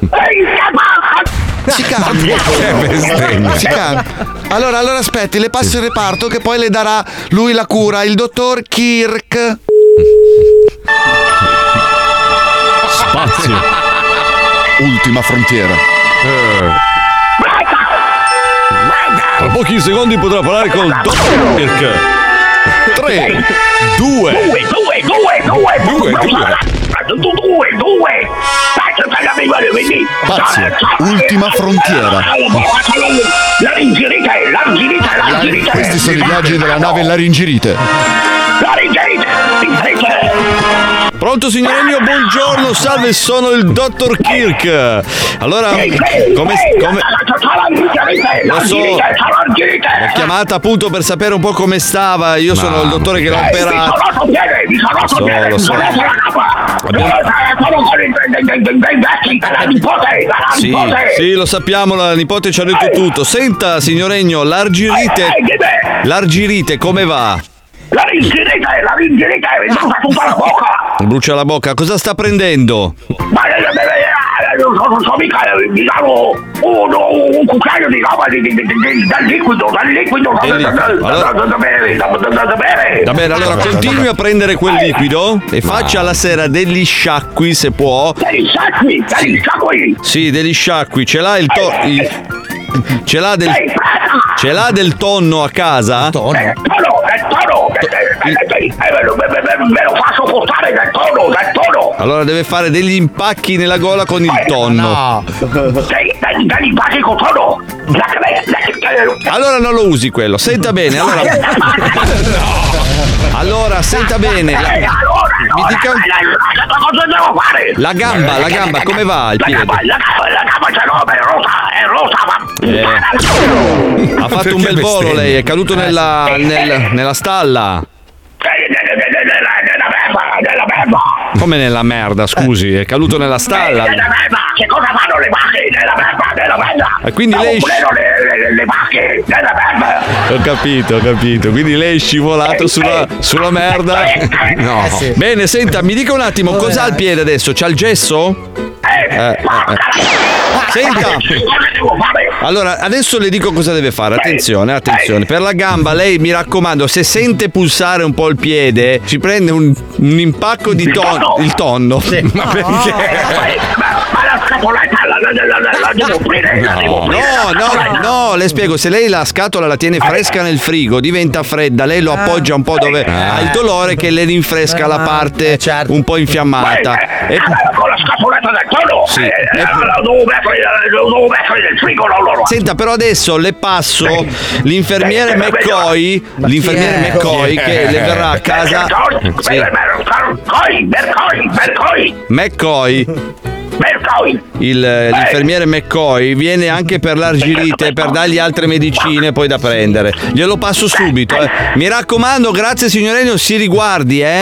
Ehi,
Si canta.
bestemmia.
Si canta. Allora, allora aspetti, le passo il reparto che poi le darà lui la cura, il dottor Kirk.
Spazio.
Ultima frontiera.
Eh, Tra pochi secondi potrà parlare col dottor Kirk. 3, 2,
Due, due, due, due, due, due, due, due. Dai, che bella mi vuole, vedi?
Pazzi, ultima frontiera.
La ringirita, la ringirita, la ringirita.
Questi sono i viaggi della nave Laringirite.
La ringirita,
Pronto signor Ennio, buongiorno, salve, sono il dottor Kirk. Allora, come... come... Lo so, l'ho chiamata appunto per sapere un po' come stava, io sono il dottore che l'ha operato.
Mi sono
Lo so,
rotto bene,
lo
mi
so.
sono rotto la capa. Sono con i vecchi, la nipote, la
Sì,
nipote.
sì, lo sappiamo, la nipote ci ha detto tutto. Senta, signoregno, l'argirite. L'argirite come va?
La ringirita, la ringirita, mi sono fatto tutta la bocca.
Brucia la bocca, cosa sta prendendo?
Ma eh, eh, eh, eh, non so, non so mica, eh, mi danno uno, un cucchiaio di roba di, di, di, di, dal liquido, dal liquido, da, da, da, da, da, da bere, da, da, da, da bere.
Va bene, allora continui a prendere quel liquido e faccia la sera degli sciacqui se può.
Degli sciacqui, degli sciacqui.
Sì, degli sciacqui, ce l'ha il to... il- Ce l'ha del... Ce l'ha del tonno a casa?
Del tono, del tono, eh, eh, eh, eh, eh, me, me- me- me lo faccio portare del tono, del tono.
Allora deve fare degli impacchi nella gola con
Eh,
il tonno.
Dei- dei- Degli baci con tono. La cre- la- eh,
Allora non lo usi quello, senta bene,
[laughs]
allora. Allora, senta bene. la-
Eh, allora,
Mi dica un-
allora, cosa devo fare?
La gamba, la gamba, come va il
La
piede?
gamba, la gamba, la gamba ce l'ho, ma è rosa, è rosa, ma...
Eh, ha fatto un bel volo lei, è caduto nella, nel- nella stalla. Come nella merda, scusi, è caduto nella stalla.
Che cosa fanno le vacche nella merda, nella merda?
E quindi lei-
Oppure le, le, le, le vacche nella merda?
Ho capito, ho capito. Quindi lei è scivolato sulla, sulla merda. No.
Eh sì.
Bene, senta, mi dica un attimo, cos'ha al piede adesso? C'ha il gesso? Eh, eh, eh. Senta.
Ah,
Allora, adesso le dico cosa deve fare. Attenzione, attenzione. Per la gamba, lei mi raccomando, se sente pulsare un po' il piede, ci prende un, un impacco di tonno. Il tonno. [laughs] Ma perché?
Eh, Ma la scatoletta la, la, la, la, la devo aprire, la devo
No,
aprire. la
no,
scatoletta.
no, le spiego, se lei la scatola la tiene fresca nel frigo, diventa fredda, lei
Ah.
lo appoggia un po' dove ha il dolore che le rinfresca la
eh,
parte
certo.
un po' infiammata. E-
Ah, Con la scatoletta del tono?
Sì. Ecco.
Eh,
E-
eh, la devo mettere, la devo mettere nel frigo, no, no, no.
Senta, però adesso le passo l'infermiere
Eh, eh,
McCoy,
ma chi
l'infermiere
è?
McCoy che le verrà a casa.
Mercoy,
Sì.
Mercoy, Mercoy, Mercoy,
McCoy.
Mercoy.
Il, eh, l'infermiere McCoy viene anche per l'argirite, per dargli altre medicine poi da prendere. Glielo passo subito. eh. Mi raccomando, grazie signorino, si riguardi, eh.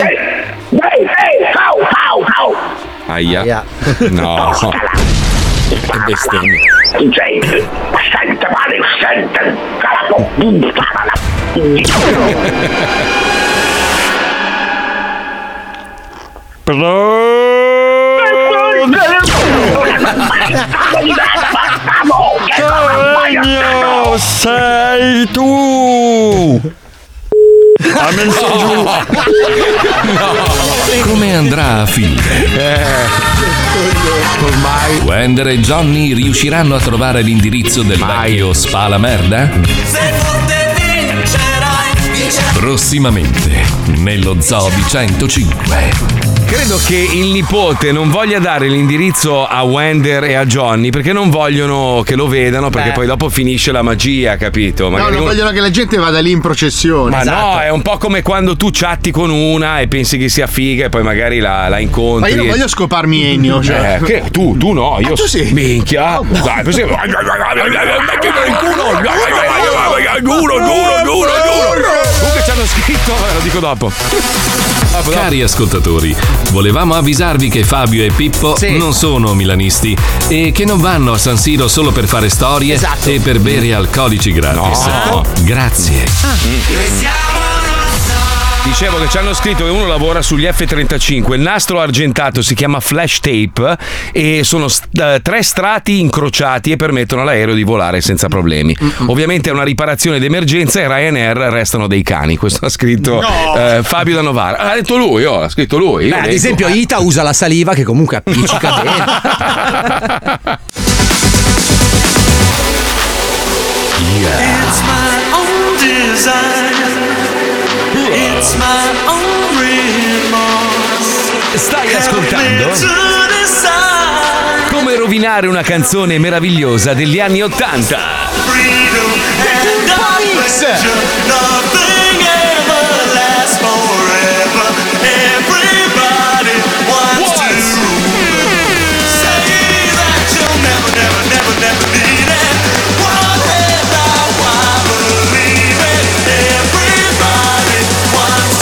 Ehi, ehi, ciao, ciao, ciao.
Aia. No. Che bestemmia.
Tu sei sente male, sente la tua puttana, la Sogno
sei tu!
Ha
messo giù.
Come andrà a finire? Ormai. Wender e Johnny riusciranno a trovare l'indirizzo del vecchio Spala Merda? Prossimamente, nello Zoo di 105.
Credo che il nipote non voglia dare l'indirizzo a Wender e a Johnny perché non vogliono che lo vedano perché
Beh.
poi dopo finisce la magia, capito?
No,
Magari
non
uno-
vogliono esatto. che la gente vada lì in processione.
Ma no, è un po' come quando tu chatti con una e pensi che sia figa e poi magari la, la
Ma
incontri.
io non voglio scoparmi Ennio. Cioè.
Eh, che- tu, tu no, io
Ah, tu sì. Oh,
Minchia. Dai,
[laughs]
così-
Mettilo in culo!
Giuro, giuro, giuro, giuro. Comunque ci hanno scritto, eh, lo dico dopo.
Cari ascoltatori, volevamo avvisarvi che Fabio e Pippo non sono milanisti e che non vanno a San Siro solo per fare storie e per bere alcolici gratis.
No.
Grazie.
Dicevo che ci hanno scritto che uno lavora sugli F-35, il nastro argentato si chiama flash tape e sono st- eh, tre strati incrociati e permettono all'aereo di volare senza problemi. Ovviamente è una riparazione d'emergenza e Ryanair restano dei cani, questo ha scritto eh, Fabio da Novara. Ha detto lui, oh, ha scritto lui. io eh.
Beh, ad
leggo.
esempio, Ita usa la saliva che comunque
[laughs]
appiccica bene.
It's my own design. It's my own remorse.
Stai ascoltando? Come rovinare una canzone meravigliosa degli anni Ottanta.
Nothing ever lasts forever. Everybody wants to say that you'll never, never, never, never need it. What have I? Why believe it? Everybody wants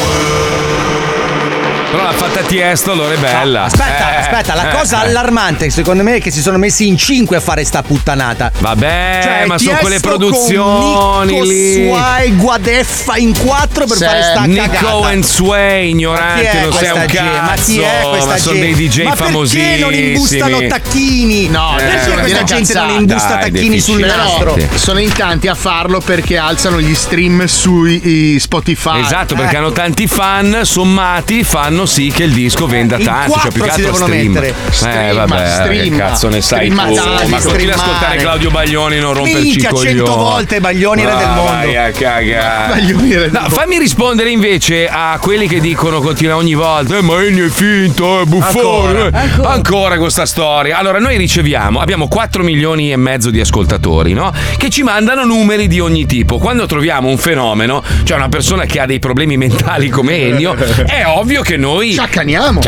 to.
Però l'ha fatta Tiesto, allora è bella.
Aspetta,
Eh,
aspetta, la
eh,
cosa
eh.
allarmante secondo me è che si sono messi in cinque a fare sta puttanata.
Vabbè, ma sono quelle
Tiesto con
Oh,
produzioni
Nico
lì.
Suai, Guadeffa in quattro per fare sta
Nico
cagata.
and Sway,
Ma chi
ignorante,
è
non sei
questa
un
G?
cazzo.
Ma chi è questa
ma sono
G?
dei DJ
Ma
famosissimi.
perché non imbustano
tacchini? No,
Eh,
perché
una
questa gente non
imbusta Dai, tacchini sul deficiente. nastro?
Sono in tanti a farlo perché alzano gli stream sui i Spotify. Eh.
Esatto, perché hanno tanti fan, sommati fanno sì che il disco venda
In
tanto. Cioè, più che
quattro si
altro
devono
stream.
mettere.
eh,
Stream,
vabbè,
stream,
che cazzo ne sai tu?
stream,
Ma
stream,
continui ad
stream.
ascoltare
[laughs]
Claudio Baglioni, non romperci i
Minchia,
coglioni.
cento volte Baglioni era
Ma
del mondo.
Ah, Vai a cagare.
Baglioni era del
No,
mondo.
fammi rispondere invece a quelli che dicono continua ogni volta: eh, ma Ennio è finto, è buffone.
Ancora,
eh. Ancora. questa storia. Allora, noi riceviamo, abbiamo 4 milioni e mezzo di ascoltatori, no? Che ci mandano numeri di ogni tipo. Quando troviamo un fenomeno, cioè una persona che ha dei problemi mentali come Ennio, è ovvio che noi ci
accaniamo.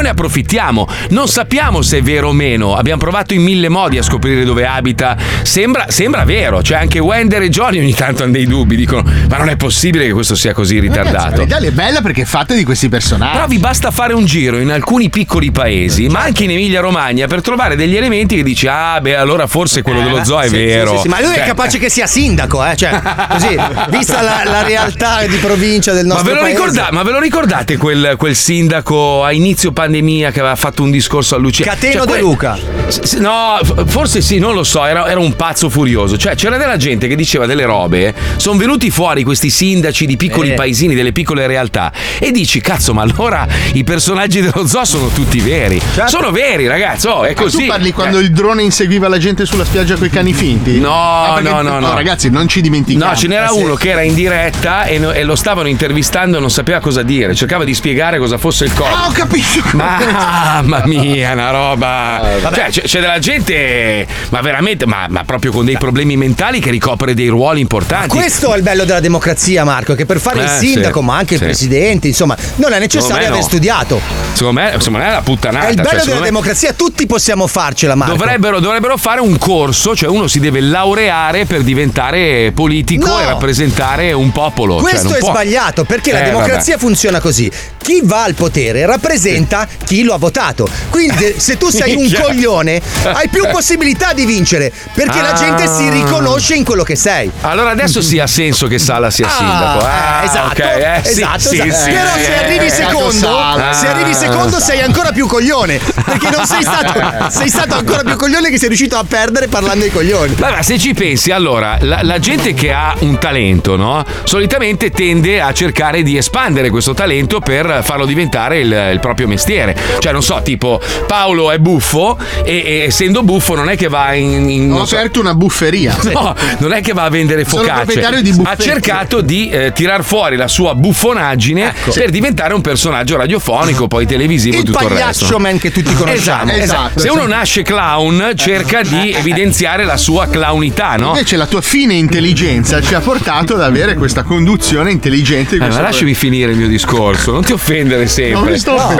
e ne approfittiamo. Non sappiamo se è vero o meno. Abbiamo provato in mille modi a scoprire dove abita. Sembra, sembra vero. Cioè, anche Wender e Johnny ogni tanto hanno dei dubbi, dicono: Ma non è possibile che questo sia così
Ragazzi,
ritardato.
L'Italia è bella perché è fatta di questi personaggi.
Però vi basta fare un giro in alcuni piccoli paesi, ma anche in Emilia-Romagna, per trovare degli elementi che dici: Ah, beh, allora forse quello dello zoo è
Eh, Sì, sì,
vero.
sì, sì, ma lui
Cioè,
è capace che sia sindaco, eh? Cioè, così, vista la, la realtà di provincia del
Ma
nostro
ve, lo
paese.
ricorda- ma ve lo ricordate quel, quel sindaco a inizio pandemia che aveva fatto un discorso a Lucia? Cioè,
Cateno De
quel-
Luca.
S- s- No, f- forse sì, non lo so, era, era un pazzo furioso. Cioè, c'era della gente che diceva delle robe. Sono venuti fuori questi sindaci di piccoli
Eh.
paesini, delle piccole realtà. E dici, cazzo, ma allora i personaggi dello zoo sono tutti veri. Sono veri, ragazzi. Oh, è
Certo. Ma
così.
Tu parli quando
Eh.
il drone inseguiva la gente sulla spiaggia con i cani finti?
No,
Ah, perché-
no, no, no.
Ragazzi, non ci dimentichiamo.
No, ce n'era
Eh, sì.
uno che era in diretta e, no- e lo stavano intervistando e non sapeva cosa dire, cercava di spiegare cosa fosse il corpo.
Ah, ho capito.
Mamma
Ah.
mia, una roba.
Eh,
Cioè, c'è, c'è della gente, ma veramente, ma, ma proprio con dei problemi mentali che ricopre dei ruoli importanti.
Questo è il bello della democrazia, Marco, che per fare il
Eh,
sindaco,
sì,
ma anche
sì.
il presidente, insomma, non è
Secondo me
necessario
no.
aver studiato.
Secondo me, secondo me è la puttanata.
È il bello
cioè,
della
secondo me-
democrazia, tutti possiamo farcela, Marco.
Dovrebbero, dovrebbero fare un corso, cioè uno si deve laureare per diventare politico
No.
e rappresentare un popolo. cioè,
Questo
non
è
può-
sbagliato perché la
Eh,
democrazia
vabbè.
funziona così. Chi va al potere rappresenta chi lo ha votato.
[laughs]
Quindi se tu sei un
Minchia.
coglione hai più possibilità di vincere perché la
Ah.
gente si riconosce in quello che sei.
Allora adesso sì ha senso che Sala sia sindaco.
Ah,
Ah,
esatto,
ok, eh, sì,
esatto,
sì,
esatto.
sì,
Però
sì,
se
eh.
arrivi secondo,
Ah,
se arrivi secondo sei ancora più coglione, perché non
[laughs]
sei stato sei stato ancora più coglione che sei riuscito a perdere parlando ai coglioni.
Vabbè, se ci pensi, allora, la, la gente che ha un talento, no? Solitamente tende a cercare di espandere questo talento per per farlo diventare il, il proprio mestiere. Cioè, non so, tipo Paolo è buffo e, e essendo buffo non è che va in... in
Ho
non so-
aperto una bufferia.
[laughs] No, non è che va a vendere
Sono
focacce.
proprietario di
ha
buffette.
cercato di eh, tirar fuori la sua buffonaggine
Ecco.
per diventare un personaggio
[laughs]
radiofonico, poi televisivo e
il
tutto il resto.
pagliaccio man che
[laughs]
tutti conosciamo.
Esatto, esatto. Se uno nasce clown, cerca di
Eh.
evidenziare la sua clownità, no?
Invece la tua fine intelligenza ci ha portato ad avere questa conduzione intelligente. Di
Eh, ma
questo
lasciami finire il mio discorso, non ti offendere sempre.
Non mi sto-
No.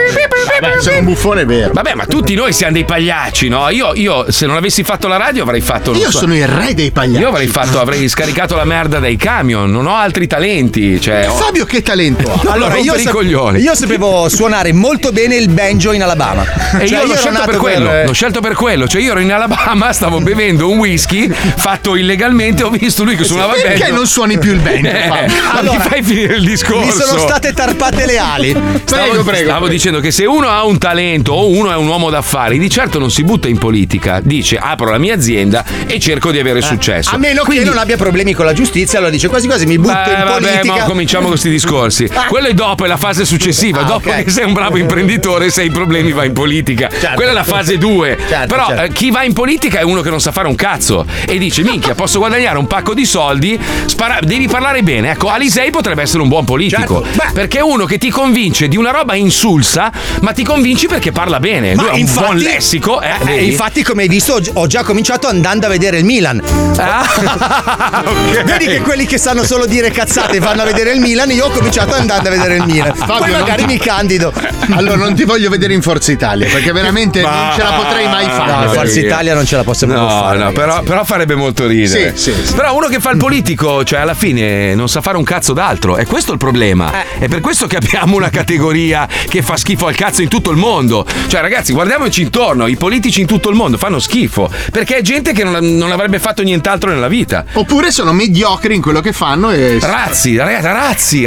Vabbè, sei un buffone vero.
Vabbè, ma tutti noi siamo dei pagliacci, no? Io, io, se non avessi fatto la radio avrei fatto. non
Io
so-
sono il re dei pagliacci.
Io avrei fatto, avrei scaricato la merda dai camion, non ho altri talenti. Cioè, ho-
Fabio che talento ha?
Allora, io i
sap-
coglioni.
io sapevo suonare molto bene il banjo in Alabama.
E
Cioè,
io l'ho
ero
scelto
nato
per quello,
eh,
l'ho scelto per quello. Cioè, io ero in Alabama, stavo bevendo un whisky fatto illegalmente, ho visto lui che suonava
Perché
bene.
non suoni più il banjo,
Eh,
Fabio?
mi
Allora,
fai finire il discorso.
Mi sono state tarpate le ali.
Stavo,
Prego, prego,
stavo
prego.
dicendo che se uno ha un talento o uno è un uomo d'affari, di certo non si butta in politica. Dice apro la mia azienda e cerco di avere successo.
Eh, A meno che non abbia problemi con la giustizia, allora dice quasi quasi mi butto
Eh,
in
vabbè,
politica. Ah.
ma cominciamo con questi discorsi. Quello è dopo, è la fase successiva. dopo che sei un bravo imprenditore, se hai problemi vai in politica. Quella è la fase 2.
[laughs] Certo,
Però
certo.
eh, chi va in politica è uno che non sa fare un cazzo e dice: Minchia, posso guadagnare un pacco di soldi. spara- devi parlare bene. Ecco, Alisei potrebbe essere un buon politico.
Certo.
Perché è uno che ti convince di una roba insulsa, ma ti convinci perché parla bene.
Ma
Lui ha un
infatti-
buon lessico. eh,
Eh,
vedi?
infatti, come hai visto, ho gi- ho già cominciato andando a vedere il Milan.
Ah, [laughs]
Vedi che quelli che sanno solo dire cazzate vanno a vedere il Milan. Io ho cominciato andando a vedere il Milan. Poi
non
magari
ti-
mi candido.
Allora, non ti voglio vedere in Forza Italia perché veramente non ce la potrei
Ah,
mai fare.
No, Forza Italia non ce la posso
No,
proprio fare.
no, però, però farebbe molto ridere.
Sì, sì, sì.
Però uno che fa il politico, cioè alla fine non sa fare un cazzo d'altro. E questo è il problema.
Eh.
È per questo che abbiamo una categoria che fa schifo al cazzo in tutto il mondo. Cioè, ragazzi, guardiamoci intorno. I politici in tutto il mondo fanno schifo. Perché è gente che non, non avrebbe fatto nient'altro nella vita.
Oppure sono mediocri in quello che fanno e.
Razzi, ragazzi,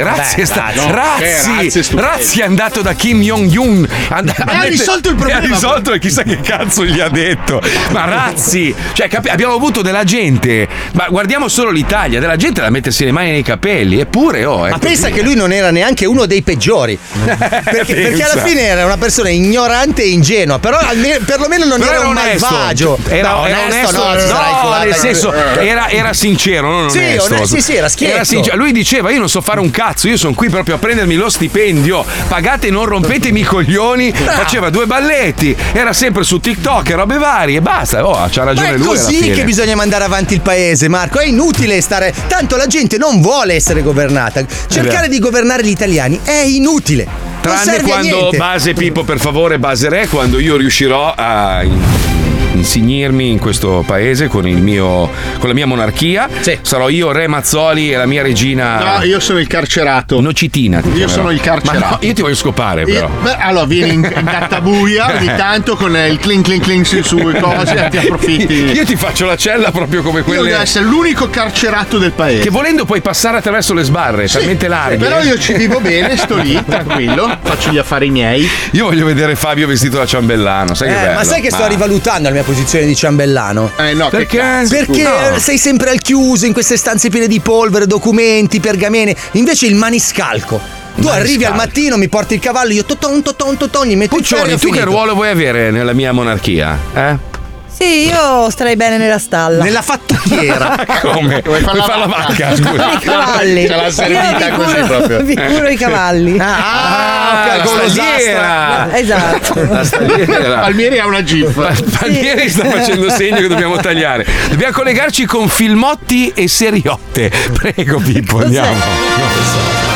Razzi, Razzi
Beh,
è sta-
no,
Razzi,
eh, Razzi è stupendo.
Razzi è andato da Kim Jong-un. And-
ha risolto il problema.
E ha risolto e chissà che cazzo gli ha detto. Ma Razzi, cioè, capi- abbiamo avuto della gente, ma guardiamo solo l'Italia, della gente da mettersi le mani nei capelli, eppure, oh.
Ma pensa che lui non era neanche uno dei peggiori. Perché, perché alla fine era una persona ignorante e ingenua, però almeno, perlomeno non
Però
era, un
onesto.
malvagio.
Era,
No,
era
onesto,
onesto, Eh.
no, ti sarai
no,
colato.
nel senso, era, era sincero, non
Sì,
onesto.
onesto, sì, sì, era schietto.
sincero. Lui diceva: Io non so fare un cazzo, io sono qui proprio a prendermi lo stipendio. Pagate, non rompetemi i coglioni.
Ah.
Faceva due balletti, era sempre su TikTok e robe varie e basta. Oh, c'ha
Ma
ragione
è
lui. alla
così
fine.
che bisogna mandare avanti il paese, Marco. È inutile stare. Tanto la gente non vuole essere governata. Cercare di governare gli italiani è inutile. Non
Tranne
serve a
quando
niente.
base Pippo, per favore, base re, quando io riuscirò a insignirmi in questo paese con, il mio, con la mia monarchia. Sarò io re Mazzoli e la mia regina.
No, io sono il carcerato.
Nocitina. ti
Io
chiamerò.
sono il carcerato.
Ma no, io ti voglio scopare,
Io-
però.
beh, allora vieni in in gattabuia ogni tanto con eh, il clink clink clink su, su cose e ti approfitti.
[laughs] Io ti faccio la cella proprio come
Io devo
quelle.
essere l'unico carcerato del paese.
Che volendo puoi passare attraverso le sbarre, talmente larghe.
Però io ci vivo bene, sto lì, tranquillo, faccio gli affari miei.
Io voglio vedere Fabio vestito da ciambellano, sai che
Eh,
bello. Ah.
ma sai che sto rivalutando la mia posizione di ciambellano?
Eh no,
che Perché? cazzo?
Perché
No.
sei sempre al chiuso in queste stanze piene di polvere, documenti, pergamene. Invece il maniscalco. Tu
Maniscalco.
arrivi al mattino, mi porti il cavallo, io toton toton toton, gli metto
Puccioni,
il
tu che ruolo vuoi avere nella mia monarchia? Eh?
Sì, io starei bene nella stalla. [laughs]
Nella fatturiera.
[laughs] Come?
Vuoi far
Vuoi
la
far la
vacca?
vacca, scusa.
Con i cavalli.
Ce l'ha servita
Io vi
così
curo-
proprio.
Vi curo i cavalli.
Ah, ok, la con lo stagliera. sastra.
Esatto.
[laughs] La
Eh,
stagliera.
Palmieri ha una gif.
Palmieri sta facendo segno che dobbiamo tagliare. Dobbiamo collegarci con filmotti e seriotte. Prego, Pippo, andiamo. Non lo so.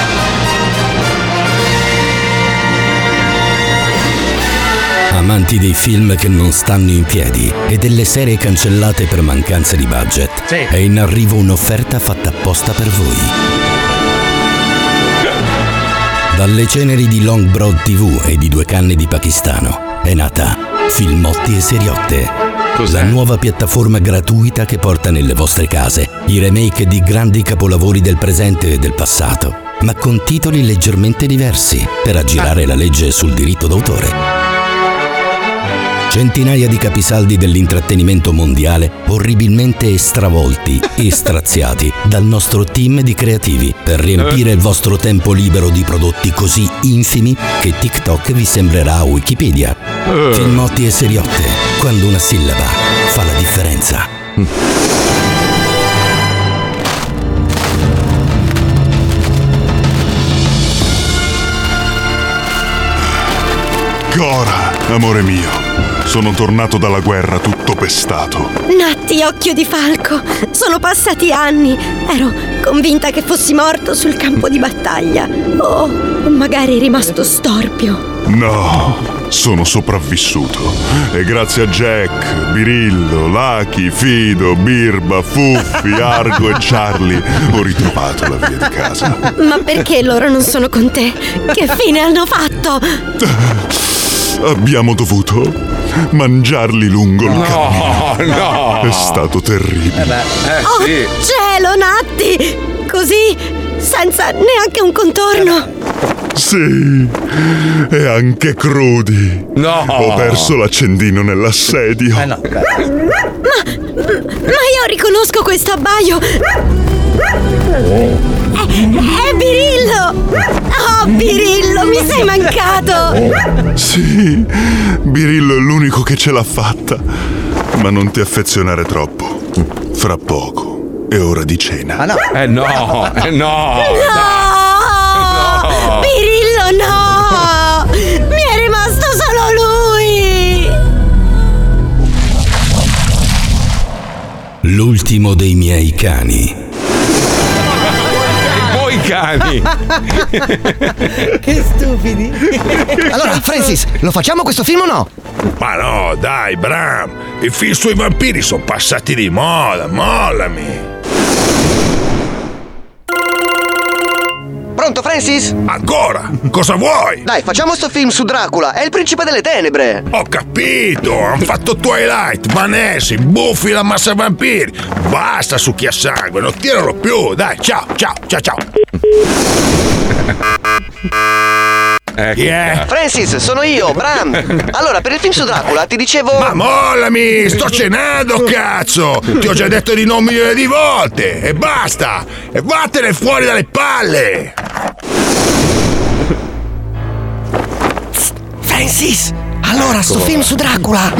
Amanti dei film che non stanno in piedi e delle serie cancellate per mancanza di budget, è in arrivo un'offerta fatta apposta per voi. Dalle ceneri di Long Broad TV e di Due Canne di Pakistano è nata Filmotti e Seriotte. La nuova piattaforma gratuita che porta nelle vostre case i remake di grandi capolavori del presente e del passato, ma con titoli leggermente diversi per aggirare la legge sul diritto d'autore. Centinaia di capisaldi dell'intrattenimento mondiale orribilmente stravolti e straziati dal nostro team di creativi per riempire il vostro tempo libero di prodotti così infimi che TikTok vi sembrerà Wikipedia. Filmotti e seriotte, quando una sillaba fa la differenza.
Cora, amore mio, sono tornato dalla guerra tutto pestato.
Natti, occhio di falco, sono passati anni. Ero convinta che fossi morto sul campo di battaglia. O magari rimasto storpio.
No, sono sopravvissuto. E grazie a Jack, Birillo, Lucky, Fido, Birba, Fuffi, Argo e Charlie ho ritrovato la via di casa.
Ma perché loro non sono con te? Che fine hanno fatto?
Abbiamo dovuto mangiarli lungo il
No,
cammino.
no. Eh
È stato terribile.
oh cielo, Natti! Così, senza neanche un contorno.
Sì, e anche crudi.
No!
Ho perso l'accendino nell'assedio. Eh no,
Ma io riconosco questo abbaio. Eh, È, è eh, Birillo! Oh, Birillo, mi sei mancato!
Oh. Sì, Birillo è l'unico che ce l'ha fatta. Ma non ti affezionare troppo. Fra poco è ora di cena.
Ah, no. Eh no, eh no.
No! Birillo no! Mi è rimasto solo lui!
L'ultimo dei miei cani.
Voi cani.
[laughs]
[laughs] che stupidi.
Allora, Francis, lo facciamo questo film o no?
Ma no, dai, Bram! I film sui vampiri sono passati di moda, mollami!
Pronto, Francis?
Ancora? Cosa vuoi?
Dai, facciamo sto film su Dracula, è il principe delle tenebre.
Ho capito! Hanno fatto Twilight, Vanessa, buffi la massa vampiri! Basta succhia sangue, non tiralo più! Dai, ciao, ciao, ciao, ciao! Chi è?
Francis, sono io,
[laughs]
Bram. Allora, per il film su Dracula ti dicevo.
Ma Ah, mollami! Sto cenando, cazzo! Ti ho già detto di no un milione di volte! E basta! E vattene fuori dalle palle!
Francis! Allora, sto film su Dracula!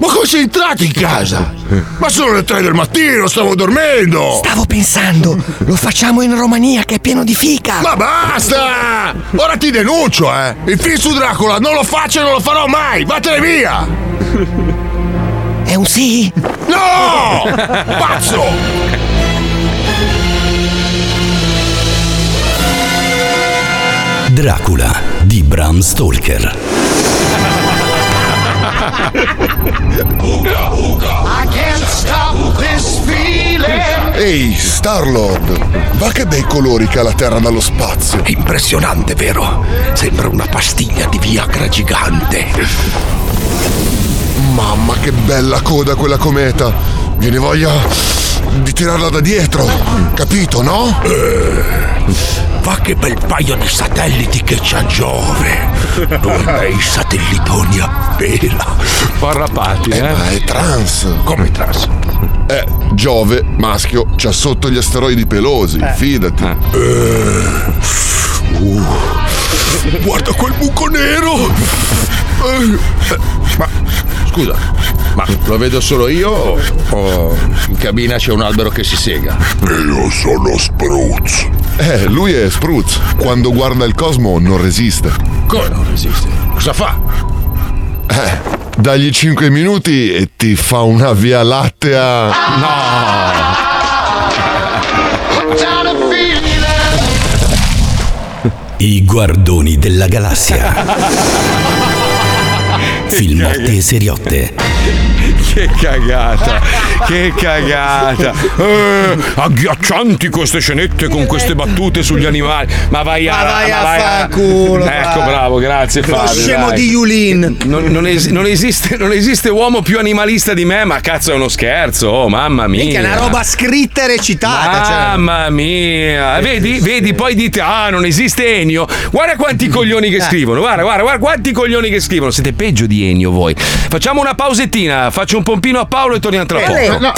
Ma come sei entrato in casa? Ma sono le tre del mattino, stavo dormendo!
Stavo pensando, lo facciamo in Romania che è pieno di fica!
Ma basta! Ora ti denuncio, eh! Il film su Dracula non lo faccio e non lo farò mai! Vattene via!
È un sì?
No! Pazzo!
Dracula di Bram Stoker.
I can't stop this feeling.
Ehi, Starlord! Ma che bei colori che ha la Terra dallo spazio!
Impressionante, vero? Sembra una pastiglia di Viagra gigante.
Mamma che bella coda quella cometa! Viene voglia di tirarla da dietro, capito, no?
Eh, Va che bel paio di satelliti che c'ha Giove! Torna i satellitoni appena!
Farrapati,
eh? Ma è trans!
Come trans?
Eh, Giove, maschio, c'ha sotto gli asteroidi pelosi, fidati. Eh.
Uh, guarda quel buco nero!
Eh, Ma scusa, ma lo vedo solo io o, o in cabina c'è un albero che si sega?
Io sono Spruz. Eh, lui è Spruz. Quando guarda il cosmo non resiste.
Come non resiste? Cosa fa?
Eh, dagli 5 minuti e ti fa una via lattea.
No!
I
[laughs]
guardoni della galassia. Filmotti e seriotte.
Che cagata, che cagata. Eh, agghiaccianti queste scenette con queste battute sugli animali. Ma vai a.
Ma Ah, vai a
Ah, vai a-
fanculo,
Ecco,
va.
bravo, grazie
Lo
Fabio.
scemo
dai.
di Yulin.
Non, non es- non esiste, non esiste uomo più animalista di me, ma cazzo è uno scherzo, oh, mamma mia.
Minchia, è una roba scritta e recitata. cioè.
Mamma mia, vedi, vedi, poi dite: Ah, non esiste Ennio. Guarda
Mm.
quanti coglioni
Eh.
che scrivono. Guarda, guarda, guarda quanti coglioni che scrivono. Siete peggio di Ennio voi. Facciamo una pausettina, faccio un pompino a Paolo e torniamo tra poco.
No, eh, no.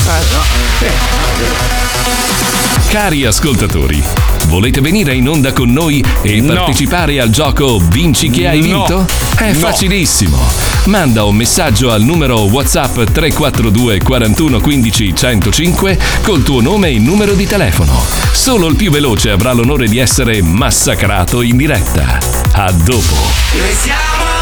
Cari ascoltatori, volete venire in onda con noi e
No.
partecipare al gioco Vinci che hai
No.
vinto? È
No.
facilissimo. Manda un messaggio al numero WhatsApp 342 41 15 105 col tuo nome e numero di telefono. Solo il più veloce avrà l'onore di essere massacrato in diretta. A dopo.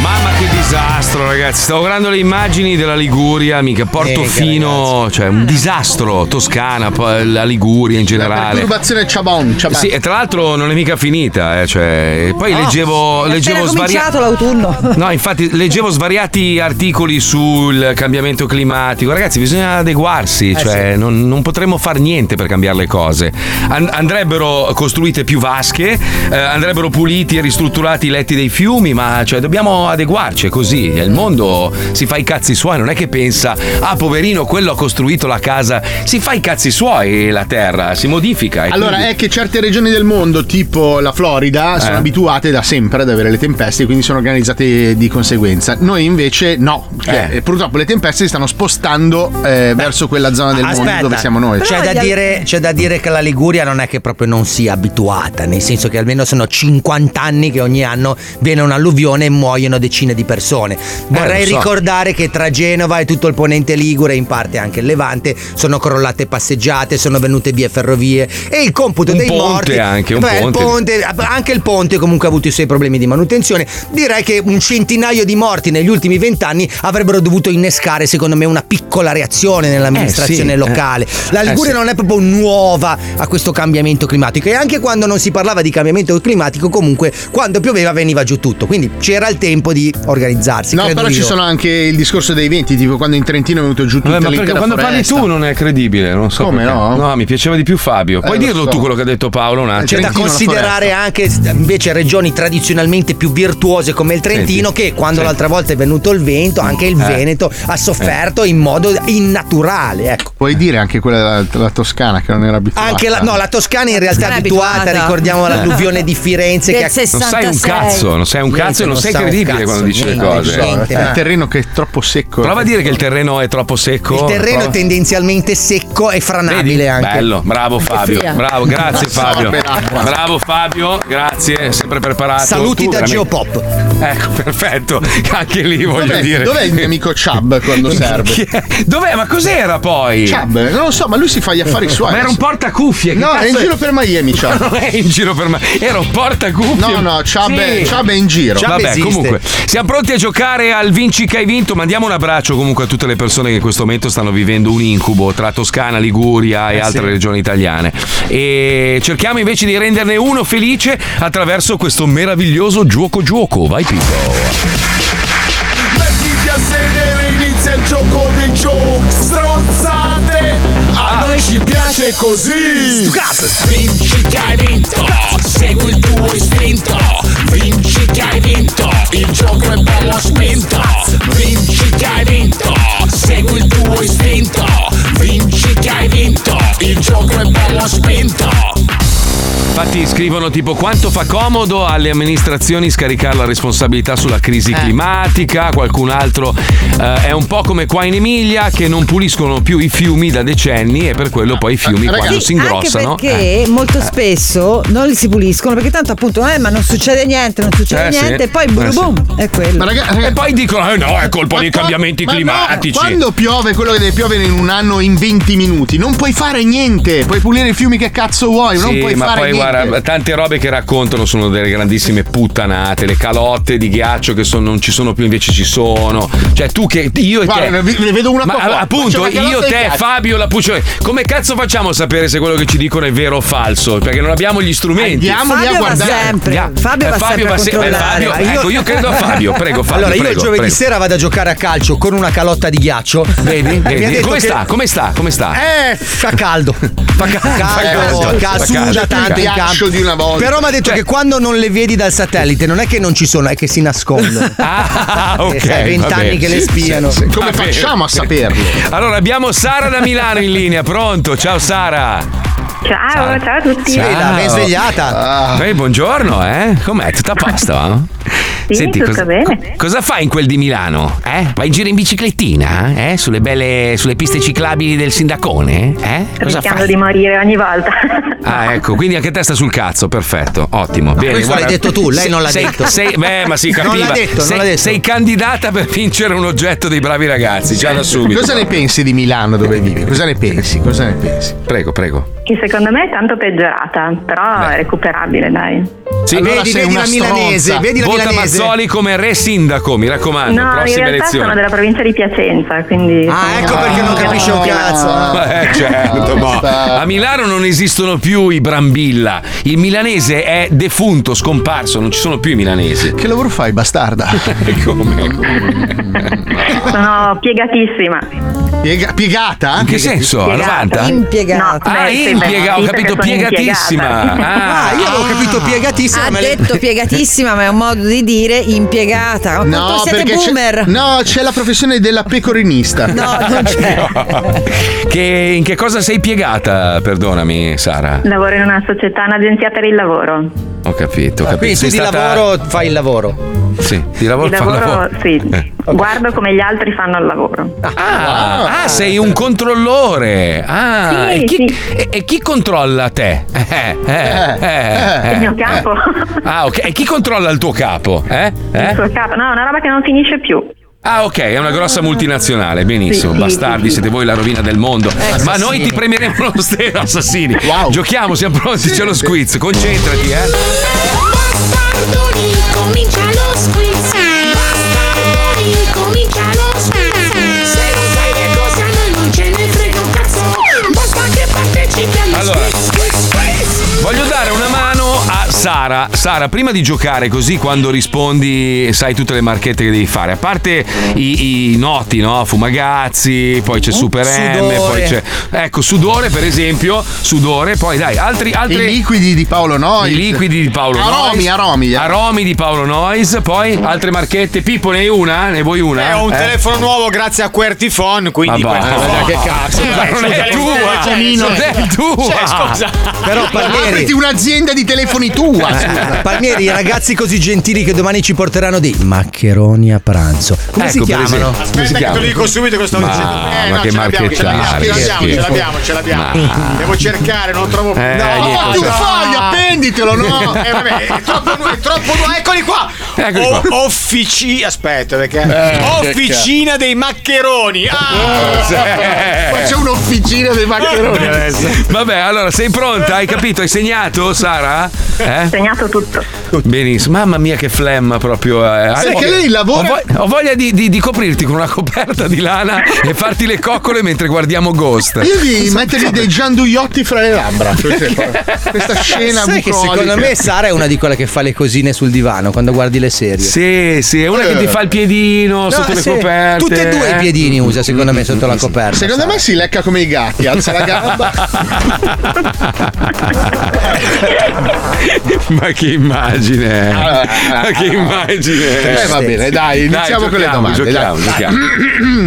Mamma che disastro, ragazzi. Stavo guardando le immagini della Liguria, mica
Eh,
Portofino, cioè un disastro. Toscana, poi la Liguria in generale.
Turbazione Ciabon, Ciabon.
Sì, e tra l'altro non è mica finita, eh, cioè, e poi
Cioè, No,
leggevo,
è
leggevo
appena
svariati.
cominciato l'autunno.
No, infatti leggevo svariati articoli sul cambiamento climatico. Ragazzi, bisogna adeguarsi,
Eh,
cioè non, non potremmo far niente per cambiare le cose. An- andrebbero costruite più vasche, eh, andrebbero puliti e ristrutturati i letti dei fiumi, ma cioè, dobbiamo adeguarci, è così. Il mondo si fa i cazzi suoi, non è che pensa, ah poverino, quello ha costruito la casa, si fa i cazzi suoi la terra, si modifica. e
Allora,
quindi-
è che certe regioni del mondo, tipo la Florida, sono
Eh.
abituate da sempre ad avere le tempeste, quindi sono organizzate di conseguenza. Noi invece no. Cioè,
Eh.
Purtroppo le tempeste si stanno spostando eh, verso quella zona del mondo dove siamo noi.
C'è, da dire, c'è da dire che la Liguria non è che proprio non sia abituata, nel senso che almeno sono 50 anni che ogni anno viene un'alluvione e muoiono decine di persone. Vorrei
lo so.
ricordare che tra Genova e tutto il ponente Ligure, in parte anche il Levante, sono crollate passeggiate, sono venute via ferrovie e il computo
Un
dei
ponte
morti.
anche, un
Beh, il
ponte.
ponte- Anche il ponte comunque ha avuto i suoi problemi di manutenzione. Direi che un centinaio di morti negli ultimi vent'anni avrebbero dovuto innescare, secondo me, una piccola reazione nella amministrazione
Eh, sì,
locale.
eh.
La Liguria
Eh, sì.
non è proprio nuova a questo cambiamento climatico e anche quando non si parlava di cambiamento climatico comunque quando pioveva veniva giù tutto, quindi c'era il tempo di organizzarsi.
No,
credo
però ci
io.
sono anche il discorso dei venti, tipo quando in Trentino è venuto giù tutta
Vabbè, ma perché
l'intera
quando parli
foresta.
tu non è credibile, non so.
Come
perché.
no? Eh,
mi piaceva di più Fabio. Puoi
lo
dirlo
so.
tu quello che ha detto Paolo un attimo. Cioè,
C'è da considerare anche st- invece regioni tradizionalmente più virtuose come il Trentino
Senti,
che quando
senti.
l'altra volta è venuto il vento anche il
Eh.
Veneto ha sofferto in modo innaturale. Ecco.
Puoi dire anche quella della, della Toscana che non era abituata.
Anche la, no, la Toscana in realtà è
Toscana è
abituata,
abituata.
ricordiamo l'alluvione di Firenze
Del
che ha-
Non sai un cazzo, non sei un cazzo e non sei
sa un
credibile
cazzo,
quando dici le
niente,
cose.
niente,
Eh.
il terreno che è troppo secco.
Prova a dire che il terreno è troppo secco.
Il terreno
Prova-
è tendenzialmente secco e franabile
Vedi?
anche.
Bello, bravo Fabio.
Fia.
Bravo, grazie Fabio.
Assorbe l'acqua.
Bravo Fabio, grazie, sempre preparato.
Saluti
Tu
da
veramente-
Geopop.
Ecco, [laughs] perfetto. Anche lì voglio
Dov'è-
dire.
dov'è il mio amico Chubb quando serve?
[laughs] Chi è? Dov'è? Ma cos'era poi?
Chubb, non lo so, ma lui si fa Cioè, gli affari suoi.
Ma era un portacuffie. che
No,
cazzo
era in
è?
giro per
[laughs]
Miami, Chubb.
Non è in giro per me. Era un portacuffie.
No, no, Chubb è- Chubb è in giro. Chubb
Vabbè,
esiste.
comunque, siamo pronti a giocare al Vinci che hai vinto. Mandiamo un abbraccio comunque a tutte le persone che in questo momento stanno vivendo un incubo tra Toscana, Liguria e
Eh,
altre
sì.
regioni italiane. E cerchiamo invece di renderne uno felice attraverso questo meraviglioso gioco gioco. Vai Pippo.
Mettiti a sedere, inizia il gioco dei giochi Strozzate, a noi ci piace così Ah. Vinci che hai vinto, segui il tuo istinto Vinci che hai vinto, il gioco è bello spinto Vinci che hai vinto, segui il tuo istinto Vinci che hai vinto, il gioco è bello spinto
Infatti scrivono tipo quanto fa comodo alle amministrazioni scaricare la responsabilità sulla
Eh.
crisi climatica, qualcun altro eh, è un po' come qua in Emilia che non puliscono più i fiumi da decenni e per quello poi i fiumi quando si ingrossano...
Anche perché
eh.
molto spesso non li si puliscono perché tanto appunto eh, ma non succede niente, non succede
Eh, sì.
niente e poi boom,
Eh, sì.
boom è quello.
E poi dicono eh no è colpa dei cambiamenti
Ma no,
climatici.
quando piove quello che deve piovere in un anno in 20 minuti, non puoi fare niente. Puoi pulire i fiumi che cazzo vuoi, non
Sì,
puoi
ma
fare
poi
niente.
guarda, tante robe che raccontano sono delle grandissime puttanate, le calotte di ghiaccio che sono- non ci sono più, invece ci sono. Cioè, tu che io e
Guarda,
te.
ne- ne vedo una
Ma,
qua
allora,
qua.
appunto,
Faccio una
io,
calotta di
te,
ghiaccio.
Fabio Lapuccione, come cazzo facciamo a sapere se quello che ci diamolo dicono è vero o falso? Perché non abbiamo gli strumenti.
Andiamo lì a Fabio va guardare. sempre. Fabio
Eh,
va sempre a
se- eh,
controllare.
Fabio,
Io-
Ecco, io credo a Fabio. Prego, Fabio.
allora, io
prego,
giovedì
prego.
sera vado a giocare a calcio con una calotta di ghiaccio.
Vedi?
E mi ha
Vedi?
detto
Eh, Come
che-
sta? Come sta?
[laughs]
Come sta?
Eh, fa caldo. Fa caldo,
fa
caldo,
caldo, fa
suda
caldo.
tanto in
Ghiaccio
campo.
di una volta.
Però mi ha detto
Cioè-
che quando non le vedi dal satellite non è che non ci sono, è che si nascondono.
[laughs]
Eh,
Ah, ok.
Sai, vent'anni
vabbè.
che le spiano.
Sì, sì,
Come
vabbè.
facciamo a saperlo?
Allora abbiamo Sara da Milano in linea, pronto? Ciao Sara.
Ciao, ciao, a tutti.
Ah. Eh, buongiorno, eh? Com'è? Tutta a posto? eh?
[laughs] Sì, tutto bene.
co- cosa fai in quel di Milano? Eh? Vai in giro in biciclettina? Eh? Sulle belle sulle piste ciclabili del sindacone? Eh? Cosa
Rischiando
fai?
di morire ogni volta. [laughs]
Ah, ecco, quindi anche te sta sul cazzo, perfetto, ottimo. Bene,
questo
guarda-
l'hai detto tu, lei
sei-
non l'ha
sei-
detto.
sei- beh, ma si
Non
capiva.
l'ha detto, non
sei,
l'ha detto.
sei candidata per vincere un oggetto dei bravi ragazzi, già da subito.
Cosa ne pensi di Milano dove vivi? Cosa ne pensi? Cosa ne pensi?
Prego, prego.
Che secondo me è tanto peggiorata, però è recuperabile, dai.
Sì,
Allora sei una stronza.
Vota
Vota
Mazzoli
Mazzoli
come re sindaco, mi raccomando,
no, in
prossime
realtà
elezioni.
sono della provincia di Piacenza, quindi. Ah, ecco perché non capisce un cazzo.
Eh, certo, ma a Milano non esistono più i Brambilla. Il milanese è defunto, scomparso, non ci sono più i milanesi. Eh,
Che lavoro
[laughs]
fai, bastarda? [laughs]
Come?
Sono piegatissima.
piegata?
In che senso? Lavata?
Impiegata.
Ah, impiega, ho capito, piegatissima. Ah,
Ah,
io
avevo capito piegatissima.
Ha
ma le-
detto piegatissima, ma è un modo di dire impiegata. No, siete boomer.
c'è, no, c'è la professione della pecorinista.
No, non c'è.
Che, in che cosa sei piegata, perdonami, Sara?
Lavoro in una società, un'agenzia per il lavoro.
Ho capito, ho capito.
quindi tu
Sei
di
stata-
lavoro
fai il lavoro.
Sì, di lavoro
Il
fa
lavoro,
lavoro.
sì.
Eh.
Guardo come gli altri fanno il lavoro.
Ah, ah, sei un controllore. Ah,
Sì,
e, chi, e- e chi controlla te? [laughs] Eh, eh, eh, eh,
Il mio capo.
Ah, ok. E chi controlla il tuo capo? Eh?
[laughs] Il
Eh?
suo capo. No, è una roba che non finisce più.
Ah, ok, è una grossa multinazionale, benissimo.
Sì, sì,
Bastardi,
sì, sì.
siete voi la rovina del mondo. Ma
assassini.
noi ti premeremo lo stesso, assassini. Giochiamo, siamo pronti, c'è lo squiz. Concentrati, eh.
Bastardoni, comincia lo squiz. Bastardoni, comincia lo squiz. Se non sai che cosa a noi non ce ne frega un cazzo. Basta che partecipi allo
Allora.
squiz, squiz, squiz.
Voglio dare una mano a Sara. Sara, prima di giocare, così quando rispondi sai tutte le marchette che devi fare. A parte i, i noti, no? Fumagazzi, poi c'è Super M,
Sudore.
poi c'è. Ecco, sudore, per esempio. Sudore, poi dai, altri. altri
I liquidi di Paolo Noi.
I liquidi di Paolo
Aromi,
Noyes.
aromi. eh.
Aromi di Paolo Noyes. Poi altre marchette. Pippo, ne hai una? Ne vuoi una?
Eh, ho un
Eh?
telefono nuovo grazie a QWERTYPHONE, quindi
Ma va-
QWERTYPHONE.
ma che [laughs] cazzo,
Eh,
ma non è
scusa,
tua,
cioè,
non
cioè,
è tua.
cioè, scusa.
Però Palmieri-
Apriti un'azienda di telefoni tua.
Scusa, Eh, Palmieri, i ragazzi così gentili che domani ci porteranno dei maccheroni a pranzo. Come si
Ecco, per
chiamano?
esempio. Come si
Aspetta, che te
chiamano?
lo dico subito che sto
Ma-
dicendo. Eh,
ma
no,
che
ce l'abbiamo, ce l'abbiamo,
marchettari,
ce l'abbiamo,
che
ce l'abbiamo, ce l'abbiamo.
Ma-
Devo cercare, non trovo più.
Eh,
no,
niente,
fatti un
no.
foglio,
appenditelo,
no?
[laughs]
[laughs]
Eh, vabbè, è troppo, nu- è troppo ecco nu- Eccoli qua.
Eccoli
O-
qua.
Offici, aspetta, perché
Eh,
Officina dei maccheroni.
Eh,
Ah!
Ma c'è un'officina dei maccheroni adesso.
Vabbè, allora sei pronta? Hai capito? Hai segnato, Sara? Ho
segnato tutto.
Benissimo, mamma mia, che flemma proprio. eh. Hai
Sai che
voglia-
lei lavora-
Ho voglia, ho voglia di, di- di coprirti con una coperta di lana e farti le coccole mentre guardiamo Ghost.
[laughs]
Io di mettergli dei gianduiotti fra le labbra. Questa scena
Sai che
bucolica.
secondo me Sara è una di quelle che fa le cosine sul divano quando guardi le serie. Eh.
Sì, sì, è una che ti fa il piedino sotto le coperte.
Tutte e due
eh.
i piedini usa, secondo me, sotto la coperta.
Secondo me si lecca come i gatti, alza la gamba.
[laughs]
[laughs] Ma che immagine! eh.
Ah,
Ma che immagine!
Eh, va bene, dai, iniziamo con le
giochiamo,
domande. dai.
Giochiamo, giochiamo.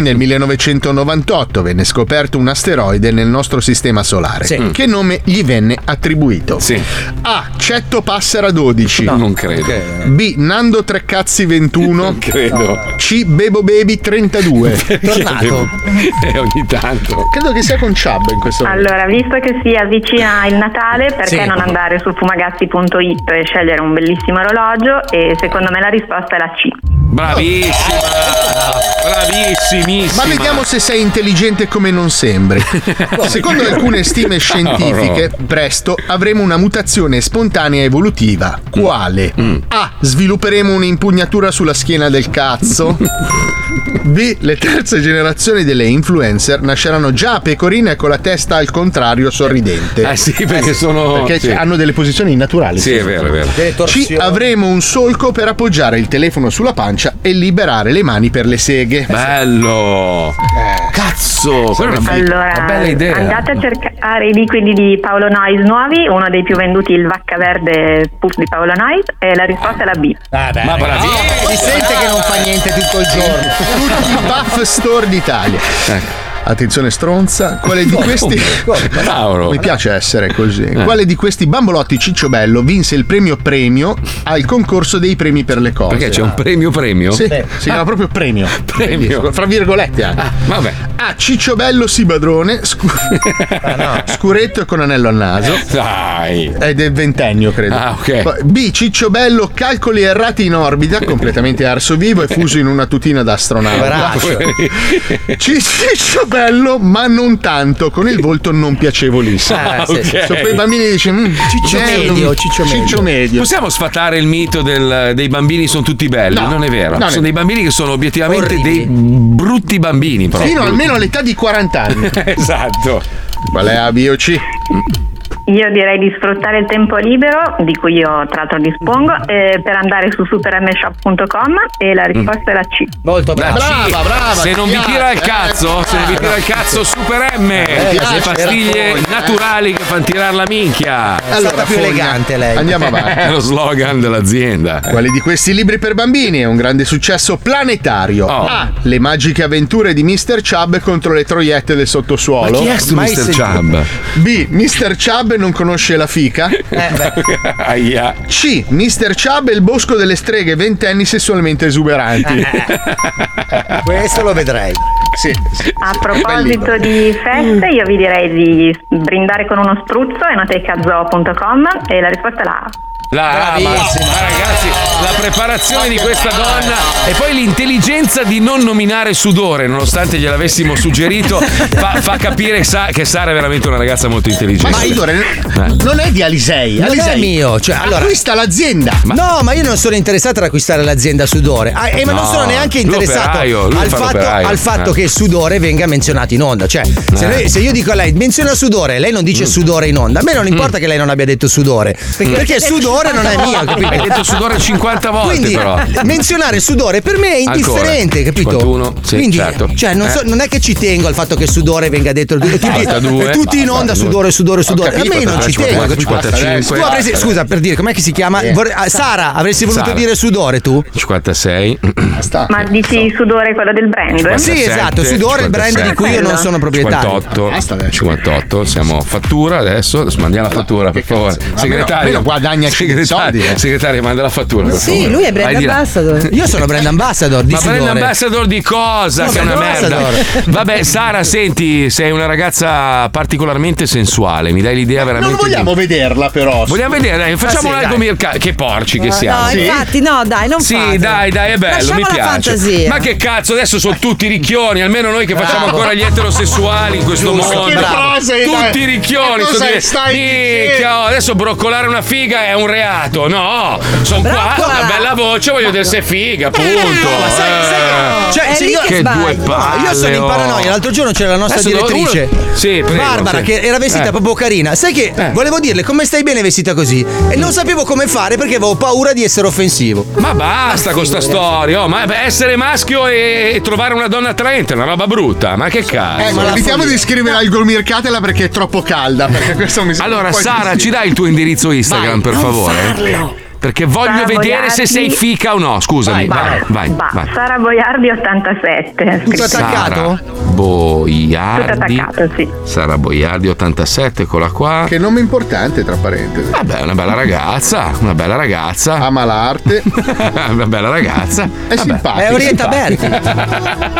[clears throat] Nel 1998 venne scoperto un asteroide nel nostro sistema solare.
Sì.
Che nome gli venne attribuito? A. Cetto Passera 12.
non credo.
B. Nando Treccazzi 21. Non
credo.
C. Bebo Baby 32.
[laughs] Eh, ogni tanto.
Credo che sia con Chubb in questo momento.
Allora, visto che si avvicina il Natale, perché
Sì.
non andare su fumagazzi.it e scegliere un bellissimo orologio? E secondo me la risposta è la C.
Bravissima! Bravissimissima.
Ma vediamo se sei intelligente come
[laughs]
non sembri. Secondo alcune stime scientifiche, presto avremo una mutazione spontanea evolutiva. Quale?
Mm.
A. Svilupperemo un'impugnatura sulla schiena del cazzo. B. Le terze generazioni delle influencer nasceranno già a pecorine e con la testa al contrario sorridente.
Eh sì, perché sono-
Perché
sì.
hanno delle posizioni naturali.
Sì, è vero, è vero.
Ci avremo un solco per appoggiare il telefono sulla pancia e liberare le mani per le seghe. Eh.
Bello! Cazzo! quella è una bella-
Allora,
una bella idea.
andate a cercare i liquidi di Paolo Noyes nuovi, uno dei più venduti, il Vacca Verde Puff di Paolo Noyes, e la risposta è la B.
Ma bravi!
Si sente che non fa niente tutto il giorno.
[laughs]
Tutti i buff store d'Italia.
Ecco.
Attenzione stronza, quale di
No,
questi
come? Come?
Mi piace essere così. [laughs]
Eh.
Quale di questi bambolotti Cicciobello vinse il premio premio al concorso dei premi per le cose?
Perché c'è un premio premio?
Sì, si chiama proprio premio.
Premio. Ah,
Fra virgolette anche.
vabbè.
A Cicciobello Ah,
[laughs]
Sibadrone, scu- scuretto e con anello al naso.
Dai.
È del ventennio, credo.
Ah, ok.
Poi, B. Cicciobello, calcoli errati in orbita, completamente arso vivo e fuso in una tutina da astronauta. Ci- Cicciobello, ma non tanto, con il volto non piacevolissimo.
Ah, sì. ok.
Sono quei bambini che dice "Mm,
Ciccio
bello,
medio,
Ciccio medio.
Possiamo sfatare il mito del- dei bambini sono tutti belli?
No.
non è vero.
Non
sono
è vero.
dei bambini che sono obiettivamente dei brutti bambini. Proprio.
Fino almeno all'età di 40
[laughs]
anni.
esatto.
Qual è A, B o C?
Io direi di sfruttare il tempo libero, di cui io tra l'altro dispongo,
Mm.
eh, per andare su supermshop.com e la risposta è la C.
Molto
La C. Se non vi tira il cazzo, se non vi tira il cazzo, Super M.
piace,
le pastiglie
era fogna, eh.
naturali che fanno tirare la minchia.
Allora, più elegante
[laughs]
lei. Andiamo avanti.
È lo slogan dell'azienda.
Quale di questi libri per bambini è un grande successo planetario?
Oh.
A. Le magiche avventure di Mr. Chubb contro le troiette del sottosuolo.
Ma chi è sto Mai Mr. sentito. Chubb?
B. Mr. Chubb non conosce la fica.
[laughs] Aia.
C. Mr. Chubb è il bosco delle streghe ventenni sessualmente esuberanti.
Questo lo vedrei.
Sì.
A proposito di feste, io vi direi di brindare con uno struzzo enoteicazoo.com e la risposta è la A.
La, ma, ma ragazzi, la preparazione di questa donna e poi l'intelligenza di non nominare sudore, nonostante gliel'avessimo suggerito, fa, fa capire sa- che Sara è veramente una ragazza molto intelligente.
Ma Igor, non è di Alisei.
Non
Alisei
è mio, cioè, allora-
acquista l'azienda.
No, ma io non sono interessato ad acquistare l'azienda Sudore. Ah, eh, ma non
No,
sono neanche
lui
interessato
operaio, lui
al,
fa
fatto,
l'operaio.
al fatto
Eh.
che Sudore venga menzionato in onda. Cioè, se,
Eh. Mm.
lei- se io dico a lei menziona Sudore e lei non dice Sudore in onda, a me non importa che lei non abbia detto Sudore. Perché, Sudore non è mio, capito?
Eh. Hai detto sudore 50 volte
Quindi eh,
però.
menzionare sudore per me è
Ancora.
indifferente, capito?
51, sì,
Quindi,
certo.
cioè, non, so-
Eh.
non è che ci tengo al fatto che sudore venga detto e tutti,
82,
e tutti in onda sudore, sudore, sudore.
capito,
a me non ci
54,
tengo.
55.
Tu avresti- scusa, per dire com'è che si chiama?
Eh.
Vorrei- ah, Sara, avresti voluto
Sara.
dire sudore tu?
56.
Ma dici sudore quello del brand?
Sì, esatto, sudore, il brand di cui io non sono proprietario.
Eh,
58, 58, siamo fattura adesso, adesso mandiamo la fattura per favore. Segretario,
almeno guadagna
segretario,
soldi, eh.
segretario, manda la fattura. per favore.
Sì, lui è brand
Vai di là.
ambassador.
Io sono brand ambassador di
Ma brand
sudore.
ambassador di cosa?
No,
che è una
brand
merda.
ambassador.
Vabbè, Sara, senti, sei una ragazza particolarmente sensuale, mi dai l'idea veramente.
Non vogliamo
di-
vederla, però.
Vogliamo vedere, dai,
Ah, sì,
facciamo un
dai.
algomir ca- che porci che
No,
siamo.
No, infatti, no, dai, non
Sì,
fatelo.
dai, dai, è bello,
Lasciamo
mi piace.
la fantasia.
Ma che cazzo, adesso sono tutti ricchioni, almeno noi che facciamo
Bravo.
ancora gli eterosessuali in questo
Giusto,
mondo.
che frase,
tutti
dai.
ricchioni,
Che
sono
cosa
dire,
stai
"Minchia, oh, adesso broccolare una figa è un reato. No, sono qua, ho una bella voce, voglio dire se figa, punto. Eh.
Cioè, se io,
che due palle,
io sono in
oh.
paranoia. L'altro giorno c'era la nostra
Adesso devo-
direttrice,
uno- Sì, prego,
Barbara,
sì.
che era vestita
Eh.
proprio carina. Sai che volevo dirle come stai bene vestita così? E
Mm.
non sapevo come fare perché avevo paura di essere offensivo.
Ma basta con sta storia, oh, ma essere maschio e e trovare una donna attraente è una roba brutta, ma che cazzo?
Eh, ma evitiamo di scrivere al Golmircatela perché è troppo calda. Perché questo mi sembra
Allora,
un po'
Sara,
eccessivo.
ci dai il tuo indirizzo Instagram, per
non
favore?
farlo.
Perché voglio
Sara
vedere se
Boiardi.
sei fica o no. Scusami, vai,
Vai,
vai. vai,
Sara Boiardi 87.
Sara Boiardi.
Tutto attaccato, sì.
Sara Boiardi 87, eccola qua.
Che nome importante, tra parentesi.
Vabbè, è una bella ragazza, una bella ragazza.
Ama l'arte.
[laughs] una bella ragazza.
È simpatica.
È Orienta Berti.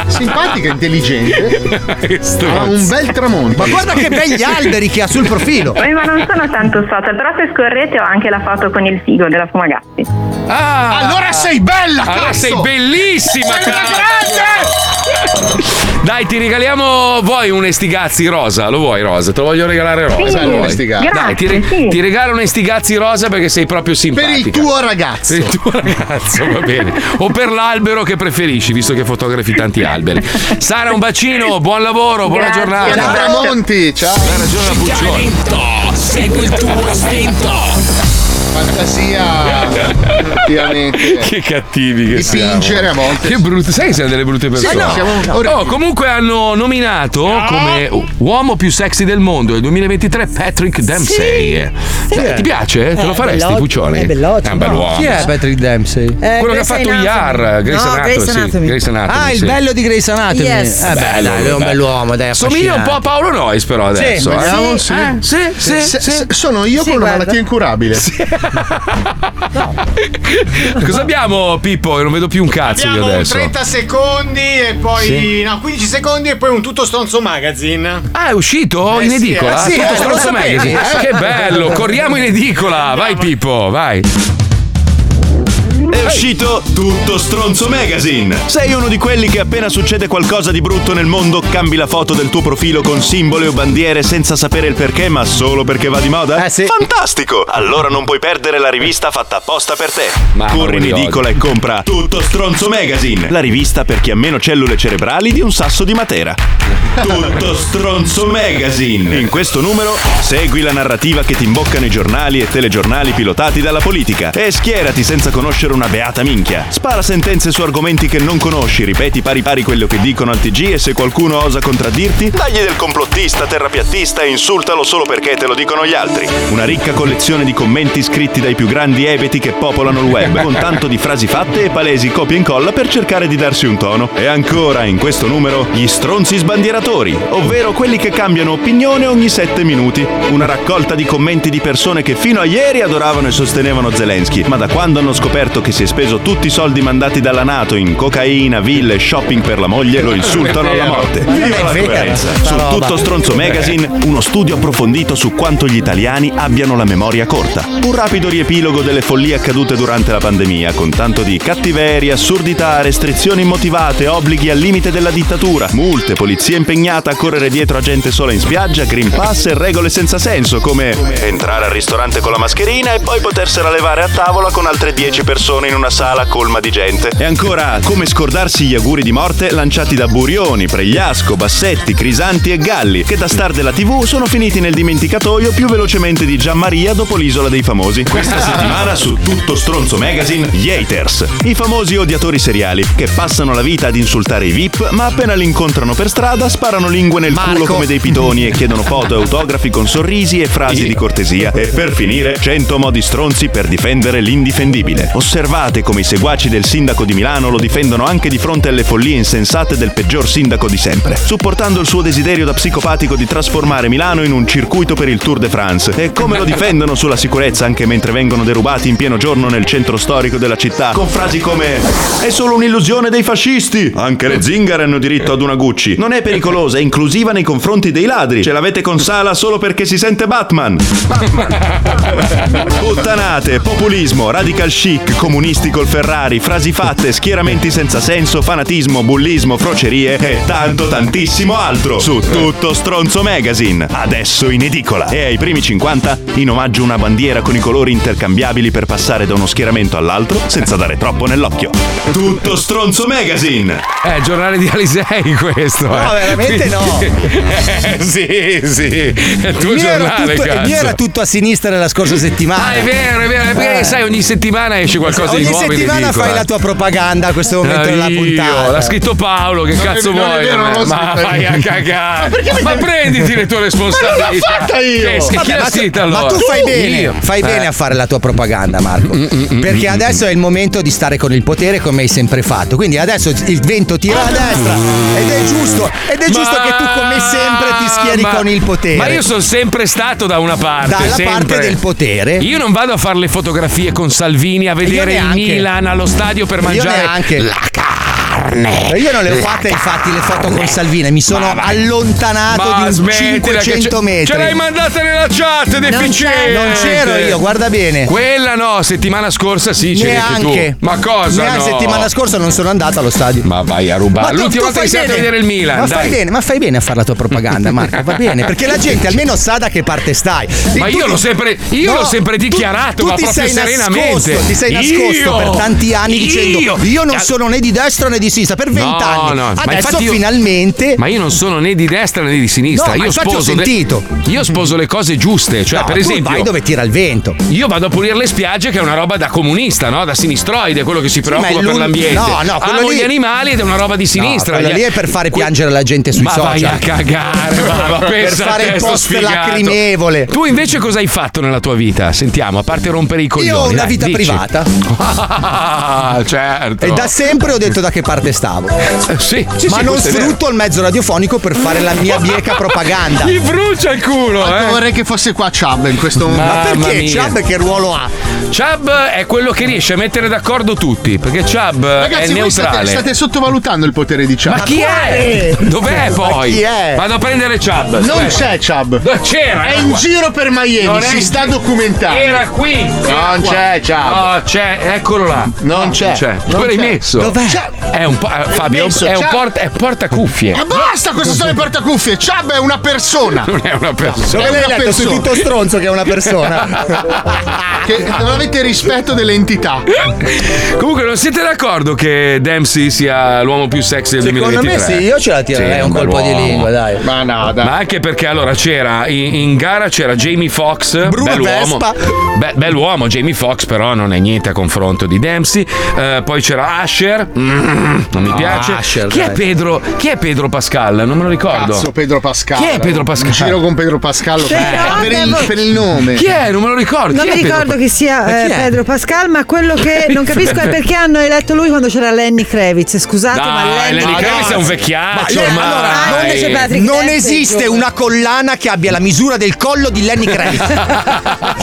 Simpatica, intelligente. ha un bel tramonto.
Ma guarda che
[laughs]
begli alberi che ha sul profilo.
Eh, ma non sono tanto social, però se scorrete ho anche la foto con il figo della Fumagazzi.
Ah,
allora sei bella,
Allora
cazzo!
sei bellissima,
Sei una
cazzo!
grande!
Dai, ti regaliamo. Vuoi un estigazzi rosa? Lo vuoi rosa? Te lo voglio regalare rosa.
Sì,
lo vuoi?
Estigazzi.
Dai, ti, re-
Grazie, sì.
ti regalo un estigazzi rosa perché sei proprio
Per
simpatico.
il tuo ragazzo.
Per il tuo ragazzo, va bene. O per l'albero che preferisci, visto che fotografi tanti alberi. Sara, un bacino, buon lavoro, buona
Grazie.
giornata.
Ciao, Tramonti, ciao.
Hai ragione la Puccioni.
Segui il tuo istinto.
Fantasia. Effettivamente.
[laughs] Che cattivi che
Dipingere
siamo.
a volte.
Che brutto, sai che siamo delle brutte
Sì,
persone.
siamo
Oh, comunque hanno nominato come u- uomo più sexy del mondo del 2023 Patrick Dempsey.
Sì.
Cioè,
Eh, Ti piace? Te
Eh,
lo faresti,
bello-
Puccioni? Ah,
è bellotto,
È un bel
no?
uomo.
Chi è
Patrick Dempsey?
Eh, Quello che ha
Grey's
fatto
Eh, Anatomy.
IAR, Grace
No,
Anatomy.
Grey's
sì,
Anatomy.
Grey's Anatomy,
Ah, il
sì.
bello di Grey's Anatomy.
Yes.
Eh, beh,
Bello,
dai, è un
bello.
bell'uomo, dai.
Somiglia un po' a
affascinante.
Paolo Noyes, però
Sì,
adesso. eh.
vediamo,
Sì, eh, sì, sì,
Se-
sì.
se- Sono io con una malattia incurabile.
Cosa abbiamo, Pippo? Che non vedo più un cazzo
Abbiamo
io
un
adesso.
30 secondi e poi
Sì.
no, 15 secondi e poi un tutto stronzo magazine.
Ah, è uscito
Eh
in
sì,
edicola?
eh sì,
Tutto
eh,
stronzo
lo sapevi,
magazine.
eh?
Che
[laughs]
bello, corriamo in edicola. Vai, Pippo, vai.
È uscito tutto stronzo magazine. Sei uno di quelli che appena succede qualcosa di brutto nel mondo cambi la foto del tuo profilo con simboli o bandiere senza sapere il perché ma solo perché va di moda? Fantastico! Allora non puoi perdere la rivista fatta apposta per te.
Ah,
Mamma,
Corri in
quelli odio.
edicola e compra tutto stronzo magazine. La rivista per chi ha meno cellule cerebrali di un sasso di matera. Tutto stronzo magazine. In questo numero segui la narrativa che ti imboccano i giornali e telegiornali pilotati dalla politica e schierati senza conoscere una beata minchia. Spara sentenze su argomenti che non conosci, ripeti pari pari quello che dicono al TG e se qualcuno osa contraddirti, dagli del complottista, terrapiattista e insultalo solo perché te lo dicono gli altri. Una ricca collezione di commenti scritti dai più grandi ebeti che popolano il web, con tanto di frasi fatte e palesi copia e incolla per cercare di darsi un tono. E ancora in questo numero gli stronzi sbandieratori, ovvero quelli che cambiano opinione ogni 7 minuti. Una raccolta di commenti di persone che fino a ieri adoravano e sostenevano Zelensky, ma da quando hanno scoperto che si è speso tutti i soldi mandati dalla Nato in cocaina, ville e shopping per la moglie, lo insultano alla morte.
Ma non è
Viva la
vero,
coerenza!
sta
Su
roba.
tutto stronzo magazine uno studio approfondito su quanto gli italiani abbiano la memoria corta. Un rapido riepilogo delle follie accadute durante la pandemia, con tanto di cattiveria, assurdità, restrizioni immotivate, obblighi al limite della dittatura, multe, polizia impegnata a correre dietro a gente sola in spiaggia, green pass e regole senza senso come entrare al ristorante con la mascherina e poi potersela levare a tavola con altre 10 persone in una sala colma di gente. E ancora, come scordarsi gli auguri di morte lanciati da Burioni, Pregliasco, Bassetti, Crisanti e Galli, che da star della TV sono finiti nel dimenticatoio più velocemente di Gianmaria dopo l'isola dei famosi. Questa settimana su Tutto Stronzo Magazine, gli haters, i famosi odiatori seriali che passano la vita ad insultare i VIP, ma appena li incontrano per strada sparano lingue nel culo come dei pitoni e chiedono foto e autografi con sorrisi e frasi di cortesia. E per finire, 100 modi stronzi per difendere l'indifendibile. Osservate come i seguaci del sindaco di Milano lo difendono anche di fronte alle follie insensate del peggior sindaco di sempre, supportando il suo desiderio da psicopatico di trasformare Milano in un circuito per il Tour de France. E come lo difendono sulla sicurezza anche mentre vengono derubati in pieno giorno nel centro storico della città, con frasi come È solo un'illusione dei fascisti! Anche le zingare hanno diritto ad una Gucci. Non è pericolosa, è inclusiva nei confronti dei ladri. Ce l'avete con Sala solo perché si sente Batman. [laughs] Puttanate, populismo, radical chic, comunisti col Ferrari, frasi fatte, schieramenti senza senso, fanatismo, bullismo, frocerie e tanto tantissimo altro su tutto Stronzo Magazine, adesso in edicola. E ai primi 50 in omaggio una bandiera con i colori intercambiabili per passare da uno schieramento all'altro senza dare troppo nell'occhio. Tutto Stronzo Magazine.
Eh, giornale di Alisei questo.
No, veramente
[laughs]
no.
eh, sì, sì. È il tuo
Il mio era
giornale,
tutto- il
cazzo.
mio era tutto a sinistra nella scorsa settimana.
Ah, è vero, è vero, è perché
Eh.
sai, ogni settimana esce qualcosa di
Ogni
nuovo. in
settimana
edicola.
fai la tua propaganda a questo momento
Ah,
della
eh. io,
puntata.
L'ha scritto Paolo, che
Non è-
cazzo
non è
vuoi?
vero,
da me?
non l'ho
ma
scritto
vai
io.
a
Ma
cagare.
perché mi-
Ma, prenditi le tue responsabilità.
Ma non l'ho fatta io.
Che, che
Vabbè,
chi l'ha
ma tu-
scritta
ma
allora?
tu fai bene,
Io.
fai bene
Eh. Mm,
a fare la tua propaganda, Marco. Perché adesso è il momento di stare con il potere come hai sempre fatto. Quindi adesso il vento tira a destra ed è giusto, ed è giusto che tu come sempre ti schieri
ma-
con il potere.
Ma io sono sempre stato da una parte.
Dalla parte
sempre.
del potere.
Io non vado a fare le fotografie con Salvini, a vedere il
neanche.
Milan allo stadio per
Io
mangiare
neanche.
la carne.
Ma
carne.
Io non le ho
La
fatte, infatti, le foto con Salvini. Mi sono allontanato
Ma
di un
smettila che
500
ce-
metri.
Ce l'hai mandata nella chat,
Non
deficiente.
c'ero, non c'ero io, guarda bene.
Quella no, settimana scorsa sì, c'eri anche
Eh. Neanche.
tu. Ma cosa?
Neanche
no?
settimana scorsa non sono andato allo stadio.
Ma vai a rubare. L'ultima volta che sei andato a vedere il Milan,
Ma
dai.
fai bene, ma fai bene a fare la tua
[laughs]
propaganda, Marco. Va bene, perché la gente almeno sa da che parte stai.
Ma
Tu-
io l'ho sempre- io l'ho sempre dichiarato,
tu,
ma
ti
proprio
sei
serenamente.
Nascosto, ti sei nascosto
Io!
per tanti anni dicendo
Io!
io non sono né di destra né di sinistra. Per vent'anni.
no, ma
Adesso
infatti io-
finalmente.
Ma io non sono né di destra né di sinistra.
No, ma
io
infatti ho
sposo. le-
sentito.
io sposo le cose giuste. Cioè,
No,
per
tu
esempio.
vai dove tira il vento.
Io vado a pulire le spiagge, che è una roba da comunista, no? Da sinistroide, quello che si
ma è
preoccupa per
l'un-
l'ambiente.
no, no, quello
Amo
lì-
gli animali ed è una roba di sinistra.
No, quello
Gli-
lì è per fare piangere la gente sui
ma
social.
vai
[laughs]
a cagare, ma, ma
per
pensa a
fare
te,
il
sto
post
sfigato. [laughs]
lacrimevole.
Tu invece cosa hai fatto nella tua vita? Sentiamo, a parte rompere i coglioni.
ho una
dai,
vita
dici.
privata.
Ah, certo.
E da sempre ho detto da che parte stavo.
Eh, Sì,
ma
sì, sì,
non
questo è vero.
sfrutto il mezzo radiofonico per fare la mia bieca
[laughs]
propaganda.
Gli brucia il culo,
eh. Vorrei che fosse qua Chubb in questo momento.
Mamma mia. Chubb è quello che riesce a mettere d'accordo tutti, perché Chubb
Ragazzi,
è
voi state,
neutrale.
state sottovalutando il potere di Chubb.
Ma chi è? Dov'è
Ma
poi?
chi è?
Vado a prendere Chubb.
Non
aspetta.
c'è Chubb.
c'era,
È
era
in
qua.
giro per Miami,
Non è-
si sta documentando.
Era qui. era
non
qua.
c'è Chubb.
No, c'è, eccolo là.
Non
No,
c'è. Non
Dove l'hai
c'è.
messo?
Dov'è?
È un po'. eh, Fabio,
messo,
è un
Chubb.
porta, è portacuffie.
Ma basta, queste sono le portacuffie. Chubb è una persona.
Non è una persona.
È
Dove
una
l'hai letto su
persona.
tutto stronzo che è una persona?
[laughs] Che non avete rispetto delle entità.
Comunque, non siete d'accordo che Dempsey sia l'uomo più sexy del
Secondo
2023?
me sì, io ce la tirerei un
bel
colpo di
uomo.
lingua, dai.
Ma no,
Ma anche perché allora c'era in, in gara c'era Jamie Foxx, bell'uomo.
Vespa.
Be- bell'uomo, Jamie Foxx, però non è niente a confronto di Dempsey. Eh, poi c'era Asher, Mm, non mi
No,
piace.
Asher,
chi, è
dai.
Pedro, chi è Pedro Pascal? Non me lo ricordo.
Cazzo, Pedro Pascal.
Chi è Pedro Pascal?
In giro con Pedro Pascal.
Sì,
per,
no,
Cioè, per il,
devo-
per il nome.
Chi è? Non me lo ricordo.
Cioè, Ah, Non
Chi
mi
è Pedro
ricordo
Pa-
chi sia
Ma chi
eh,
è?
Pedro Pascal, ma quello
[laughs]
che non capisco è perché hanno eletto lui quando c'era Lenny Kravitz. Scusate, ma
Dai,
Lenny
Lenny
Kravitz.
Kravitz è un vecchiaccio
Ma lei-
ormai.
allora, non
invece
Dai.
Patrick
Non
Dempsey è
esiste
giovane.
una collana che abbia la misura del collo di Lenny Kravitz.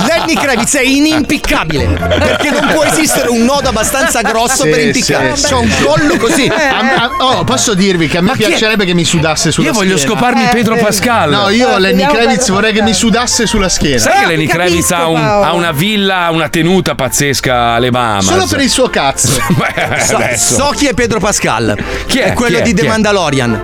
Lenny Kravitz è inimpiccabile. Perché non può esistere un nodo abbastanza grosso
Sì,
per impiccare.
sì,
C'è un
Eh.
sì.
collo così.
A me- a- oh, posso dirvi che a me
Ma chi è?
piacerebbe che mi sudasse sulla
Io
schiena.
voglio scoparmi Eh, Pedro eh. Pascal.
No, io
Eh,
Lenny
vediamo
Kravitz
Pedro
vorrei che mi sudasse sulla schiena.
Sai che Lenny Kravitz ha, un- ha una villa, una tenuta pazzesca alle Bahamas?
Solo per il suo cazzo.
[laughs] Beh,
So,
adesso.
so chi è Pedro Pascal.
Chi è?
quello
Chi è?
di The
Chi è?
Mandalorian.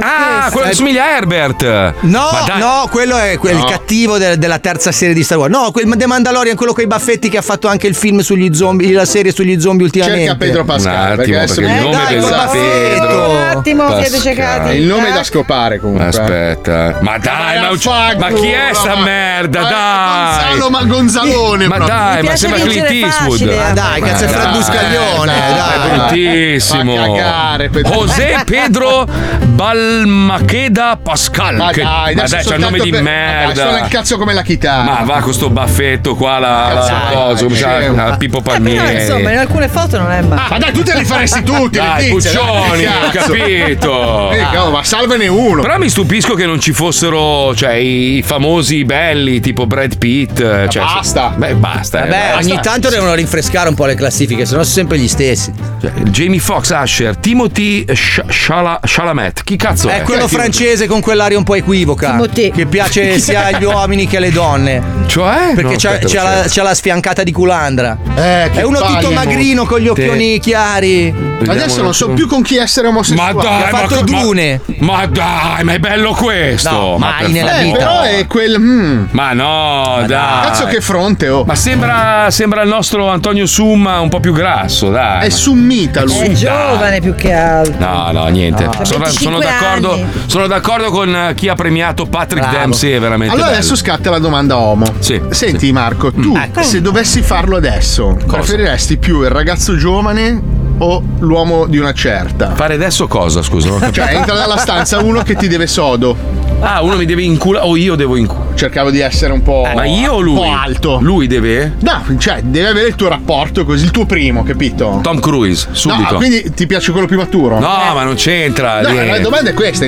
Ah, quello che somiglia a Herbert.
No,
Ma dai-
no, quello è quel
No.
cattivo de- della terza serie di Star Wars. No, quel The Mandalorian, quello con i baffetti che ha fatto anche il film sugli zombie, la serie sugli zombie ultimamente.
Cerca Pedro Pascal.
Un
perché
attimo,
adesso
perché il
mi-
nome
dai,
del
col
Pedro
baffetto.
Un attimo, siete
Pascal.
ciecati.
Il nome è da scopare comunque.
Aspetta. Ma dai, ma,
Vaffanculo,
ma chi è sta
ma-
merda?
ma-
Dai.
Gonzalo, ma Gonzalone
Ma
proprio.
dai,
Mi
ma
piace
sembra Clint
vincere
Eastwood.
facile,
Ma
eh. Dai,
ma
cazzo, è Fra
dai,
Buscaglione, dai.
È bruttissimo.
Fa cagare, Pedro.
José Pedro Balmacheda Pascal.
Ma
Eh, Che-
dai,
ma
adesso
dai, c'ha il
soltanto
nome di
per- Ma dai, suona
merda.
il cazzo come la chitarra.
Ma va con sto baffetto qua, la, la,
Cazzo, dai,
cosa,
dai,
c'ha-
scemo.
la Ah, Pippo
Però,
Palmieri.
insomma, in alcune foto non è male.
Ah, Ma dai, tu
[laughs]
te li faresti tutti,
Dai,
Letizia, dai,
Puccioni, ho
cazzo.
capito.
Eh, oh, ma salvene uno.
Però mi stupisco che non ci fossero cioè, i famosi belli tipo Brad Pitt. Cioè,
basta.
Beh, basta. eh,
Vabbè,
basta.
ogni tanto devono rinfrescare un po' le classifiche, sennò sono sempre gli stessi.
Cioè, Jamie Foxx, Asher, Timothy Sh- Shala- Chalamet. Chi cazzo è?
È Eh, quello francese con quell'aria un po' equivoca. Che piace sia agli uomini che alle donne.
Cioè?
Perché
No,
c'ha,
aspetta,
c'ha la, c'ha la sfiancata di culandra.
Eh, che
è uno
paia,
tutto
amore.
magrino con gli occhioni chiari.
Adesso non so più con chi essere
Ma
omosessuale.
dai,
Ha
ma
fatto
co- ma-
Dune.
Ma, dai, ma è bello questo.
No,
ma
mai
per
nella
favore.
vita. Eh, però è quel, mm.
Ma no, dai.
Cazzo che fronte, oh.
Ma sembra, sembra il nostro Antonio Summa un po' più grasso, dai.
È summita lui. Ah.
È giovane più che altro.
No, no, niente.
No.
Sono,
25
sono d'accordo,
anni.
sono d'accordo con eh, chi ha premiato Patrick
Bravo.
Dempsey, è veramente.
Allora
bello. Mm.
adesso scatta la domanda uomo. Senti Marco, tu se dovessi farlo adesso, preferiresti più il ragazzo giovane o l'uomo di una certa?
Fare adesso cosa, scusa? non ho capito.
Cioè entra nella stanza uno che ti deve sodo.
Ah, uno mi deve inculare [laughs] o io devo inculare.
cercavo di essere un po'.
Ma io o
un
lui?
po' alto.
Lui deve?
No, cioè, deve avere il tuo rapporto così, il tuo primo, capito?
Tom Cruise, subito.
No, quindi ti piace quello Eh, più maturo?
No, ma non c'entra.
No,
niente.
la domanda è questa, è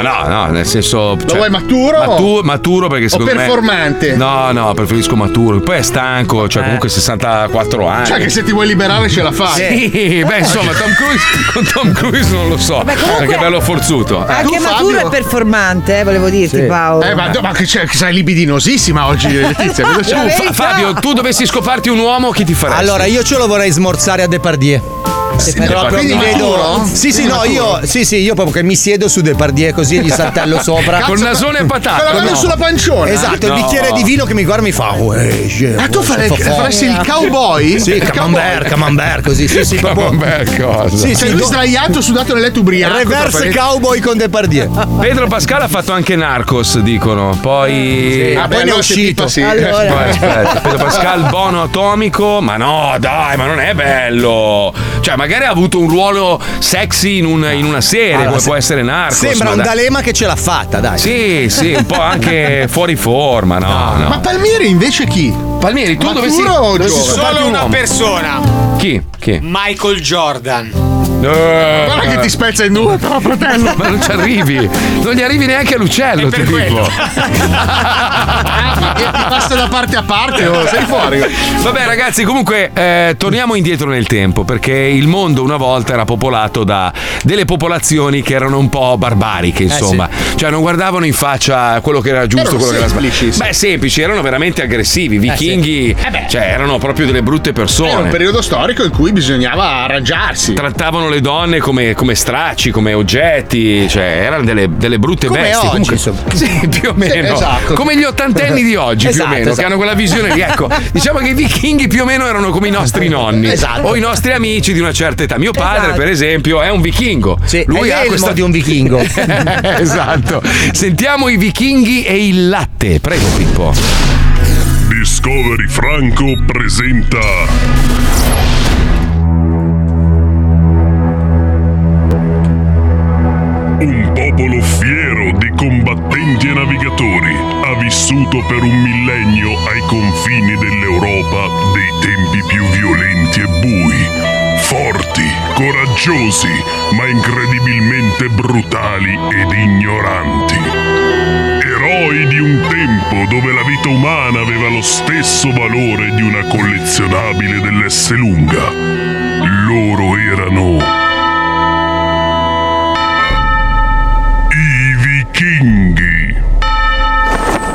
No, no, no, nel senso. Lo
vuoi maturo o-
maturo perché
o
secondo me.
performante? Eh.
No, no, preferisco maturo. Poi è stanco, cioè comunque 64 anni.
Cioè, che se ti vuoi liberare ce la fai. Eh,
Sì, beh, insomma, Tom Cruise, con Tom Cruise non lo so.
Beh, comunque-
Perché è bello forzuto. Eh.
Anche Maturo è performante, eh, volevo dirti, Paolo.
Eh, ma, ma che, c'è- che sei libidinosissima
[laughs]
oggi, Letizia. cosa c'è?
Tu, Fa- Ah, Fabio, tu dovessi scoparti un uomo, chi ti faresti?
Allora, io ce lo vorrei smorzare a Depardieu.
Depardieu.
proprio mi
Quindi
vedo.
maturo?
Sì, sì,
Quindi
no,
maturo?
io. Sì, sì, io proprio che mi siedo su Depardieu così e [laughs] gli saltello sopra.
Col nasone e patate.
Con la mano sulla panciona?
Esatto,
No.
il bicchiere di vino che mi guarda e mi fa. "Uè, je,
Ah, tu
uè,
fare-
fa forte."
faresti il cowboy?
[laughs] Sì,
Il
camembert,
cowboy.
camembert, così. Sì, sì, proprio.
Camembert, cosa?
Sì,
Sei
sì,
cioè, lui
do-
sdraiato, sudato nel letto ubriaco.
Reverse
Trapani-
cowboy con Depardieu.
Pedro Pascal ha fatto anche Narcos, dicono. Poi.
Ah, poi ne è uscito.
Sì.
Allora.
Poi, Eh, aspetta, Pedro Pascal, bono atomico. Ma no, dai, ma non è bello. Cioè, magari ha avuto un ruolo sexy in, un- in una serie,
Allora,
come
se-
può essere Narcos.
Sembra
ma
un
dai.
D'Alema che ce l'ha fatta, dai.
Sì, sì, un po' anche fuori forma, no, no.
Ma Palmieri invece chi?
Palmieri,
tu
dovessi- dovessi scoparti
Solo
un
una
uomo.
persona.
Chi? Chi?
Michael Jordan.
Guarda
che ti spezza in due, però, fratello.
Ma non ci arrivi, non gli arrivi neanche all'uccello, ti [laughs] dico.
Ti passa da parte a parte, oh, sei fuori.
Vabbè, ragazzi, comunque eh, torniamo indietro nel tempo perché il mondo una volta era popolato da delle popolazioni che erano un po' barbariche, insomma, cioè non guardavano in faccia quello che era giusto,
Eh, Erano
quello che era
semplici, Eh,
sbagliato.
sì.
Beh, semplici, erano veramente aggressivi. I Vichinghi, cioè, erano proprio delle brutte persone.
Era un periodo storico in cui bisognava arrangiarsi.
Trattavano le donne come, come stracci, come oggetti, cioè erano delle, delle brutte
Come
bestie.
oggi,
comunque,
insomma.
sì, più o
Sì,
meno.
esatto.
Come gli ottantenni di oggi,
Esatto,
più o meno,
esatto.
che hanno quella visione lì. Ecco, diciamo che i vichinghi più o meno erano come i nostri nonni
Esatto.
o i nostri amici di una certa età. Mio padre, per esempio, è un vichingo.
è l'elmo di un vichingo.
[laughs] esatto. Sentiamo i vichinghi e il latte. Prego, Pippo.
Discovery Franco presenta Un popolo fiero di combattenti e navigatori ha vissuto per un millennio ai confini dell'Europa dei tempi più violenti e bui. Forti, coraggiosi, ma incredibilmente brutali ed ignoranti. Eroi di un tempo dove la vita umana aveva lo stesso valore di una collezionabile dell'S lunga. Loro erano. I vichinghi.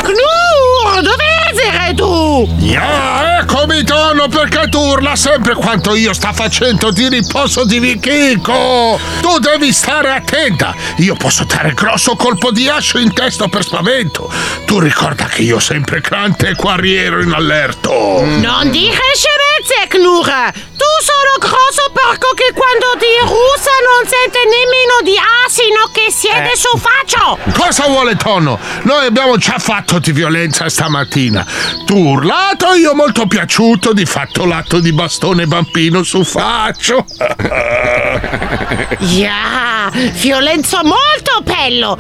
Cnu, dove sei tu?
Yeah, eccomi tono perché tu urla sempre quanto io sta facendo di riposo di Vichico! Tu devi stare attenta! Io posso dare grosso colpo di ascio in testa per spavento! Tu ricorda che io sempre cante e guerriero in allerto!
Non dire scemenze, Knur! Tu sono grosso porco che quando ti russa non sente nemmeno di asino che siede
Eh.
su faccio!
Cosa vuole Tonno? Noi abbiamo già fatto di violenza stamattina. Tu urlato, io molto piaciuto, di fatto l'atto di bastone bambino su faccio. [laughs]
Yeah, violenza molto bello!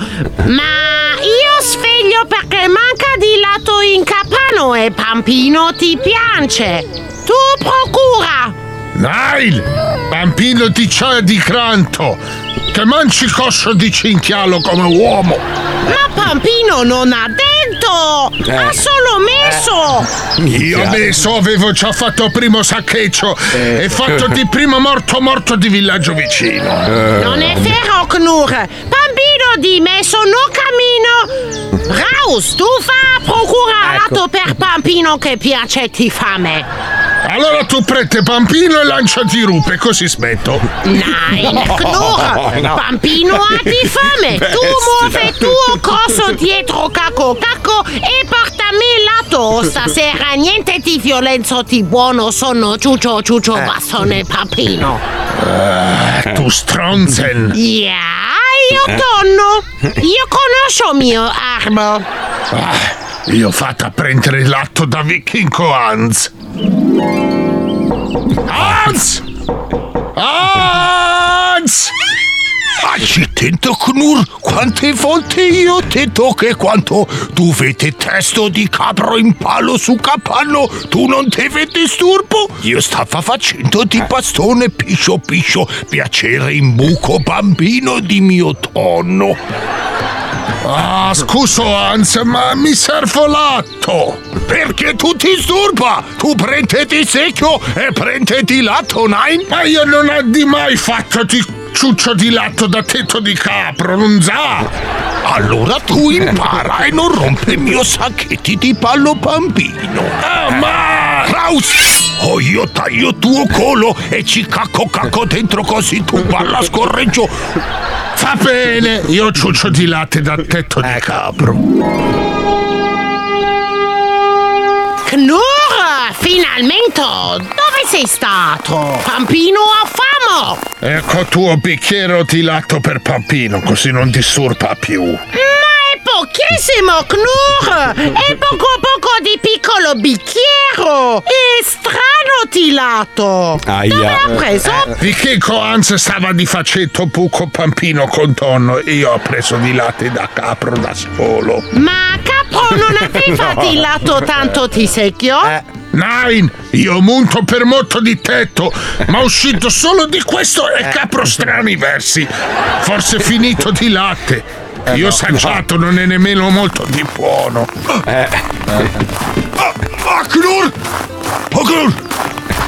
Ma io sveglio perché manca di lato in capano e Pampino ti piace! Tu procura!
Nail, bambino di ciò e di cranto, che mangi coscio di cinghialo come uomo.
Ma Pampino non ha detto!
Eh.
Oh, Ha solo messo!
Io adesso avevo già fatto primo saccheggio e fatto di primo morto morto di villaggio vicino.
Non è vero, Knur! Bambino di me sono cammino! Raus, tu fa
Ecco.
procurato per Pampino che piace ti fame!
Allora tu prete Pampino e lanciati rupe, così smetto.
Nein, Knur! Pampino ha di
[laughs]
fame! Tu muove tuo coso dietro caco caco e portami lato! Stasera niente di violenza di buono, sono ciuccio ciuccio
Eh.
bastone Pampino!
Ah, tu stronzen.
Yeah, io
Eh.
tonno!
[laughs]
Io conosco mio armo!
Ah, io ho fatto a prendere l'atto da Vichinco Hans. Hans! Hans! Accidente Knur, quante volte io te tocco e quanto tu vedi testo di capro in palo su capanno, tu non te vedi disturbo? Io stavo facendo di bastone piscio piscio, piacere in buco bambino di mio tonno. Ah, scuso Hans, ma mi servo lato! Perché tu ti disturba? Tu prenditi secchio e prenditi lato, nein? Ma io non ho mai fatto di ciuccio di lato da tetto di capro, non sa! Allora tu impara e non rompe il mio sacchetti di pallo bambino! Ah, ma... Raus! O io taglio tuo colo e ci cacco cacco dentro così tu balla scorreggio. Fa bene, io ciuccio di latte da tetto di capro.
Knur, finalmente! Dove sei stato? Pampino a famo!
Ecco tuo bicchiere di latte per Pampino, così non disturba più.
Ma è pochissimo, Knur! È poco poco di piccolo bicchiero! È strano tilato! Dove l'ha preso?
Eh, Di che coanze stava di facetto buco pampino con tonno e io ho preso di latte da capro da solo.
Ma
[laughs]
capo non aveva
No. Eh.
tilato tanto ti secchio?
Nine, io munto per motto di tetto, ma ho uscito solo di questo e capro strani versi. Forse finito di latte. Io Eh, no, Eh. saggiato non è nemmeno molto di buono. Acnur! Acnur!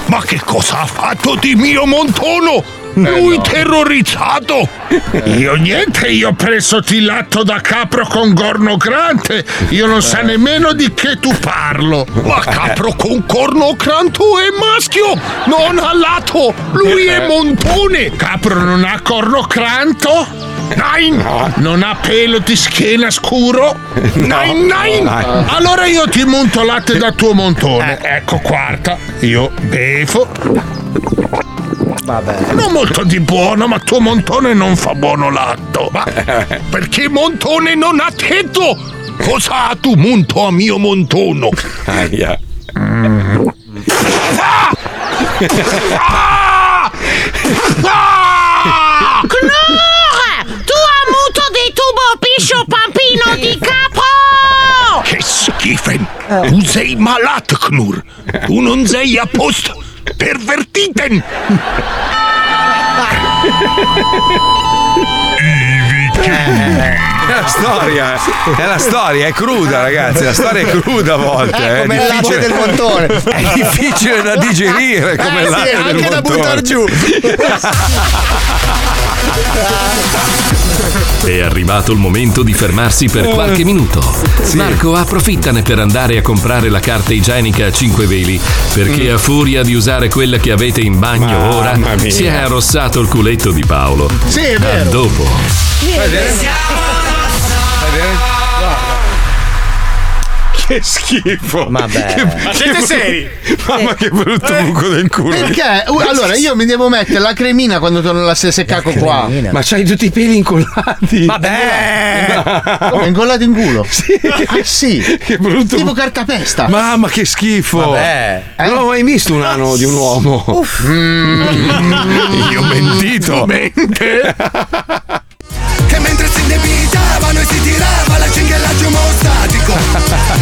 Ma che cosa ha fatto di mio Montono? Lui terrorizzato! Io niente, io ho preso tilatto da capro con corno grante! Io non so nemmeno di che tu parlo! Ma capro con corno granto è maschio! Non ha lato! Lui è montone! Capro non ha corno granto? Nein! Non ha pelo di schiena scuro? Nein, nein!
Ah.
No. Allora io ti monto latte da tuo montone. Ecco quarta. Io bevo. Vabbè. Non molto di buono, ma tuo montone non fa buono latte. Ma perché montone non ha tetto? Cosa ha tu monto a mio montono? Aia.
Knur! Tu hai muto di tubo piscio pampino di capo!
Che schifen! Tu sei malato, Knur! Tu non sei a posto! Pervertiten!
Eh. È la storia, è la storia, è cruda ragazzi, la storia è cruda a volte.
È come
eh,
il latte
difficile-
del montone.
È difficile da digerire come
Eh
il
sì,
latte del
anche da
montone.
buttar giù.
È arrivato il momento di fermarsi
Eh.
per qualche minuto. Marco approfittane per andare a comprare la carta igienica a 5 veli, perché
Mm.
a furia di usare quella che avete in bagno ora,
mia.
si è arrossato il culetto di Paolo.
Sì, è vero.
A dopo.
Che schifo!
Vabbè.
Che-
Ma
che
siete
brut-
seri? Eh.
Mamma che brutto buco del culo.
Perché? Uh, Allora io mi devo mettere la cremina quando torno la stessa cacco qua.
Ma c'hai tutti i peli incollati. Eh.
Vabbè. Come incollato in culo? Sì. Ah sì. Che brutto. Tipo cartapesta.
Mamma che schifo!
[laughs]
Vabbè.
Non ho mai visto un ano di un uomo. Mm. Io ho mentito.
Mente. E mentre si indebitavano e si tirava la cinghiella giù mostatico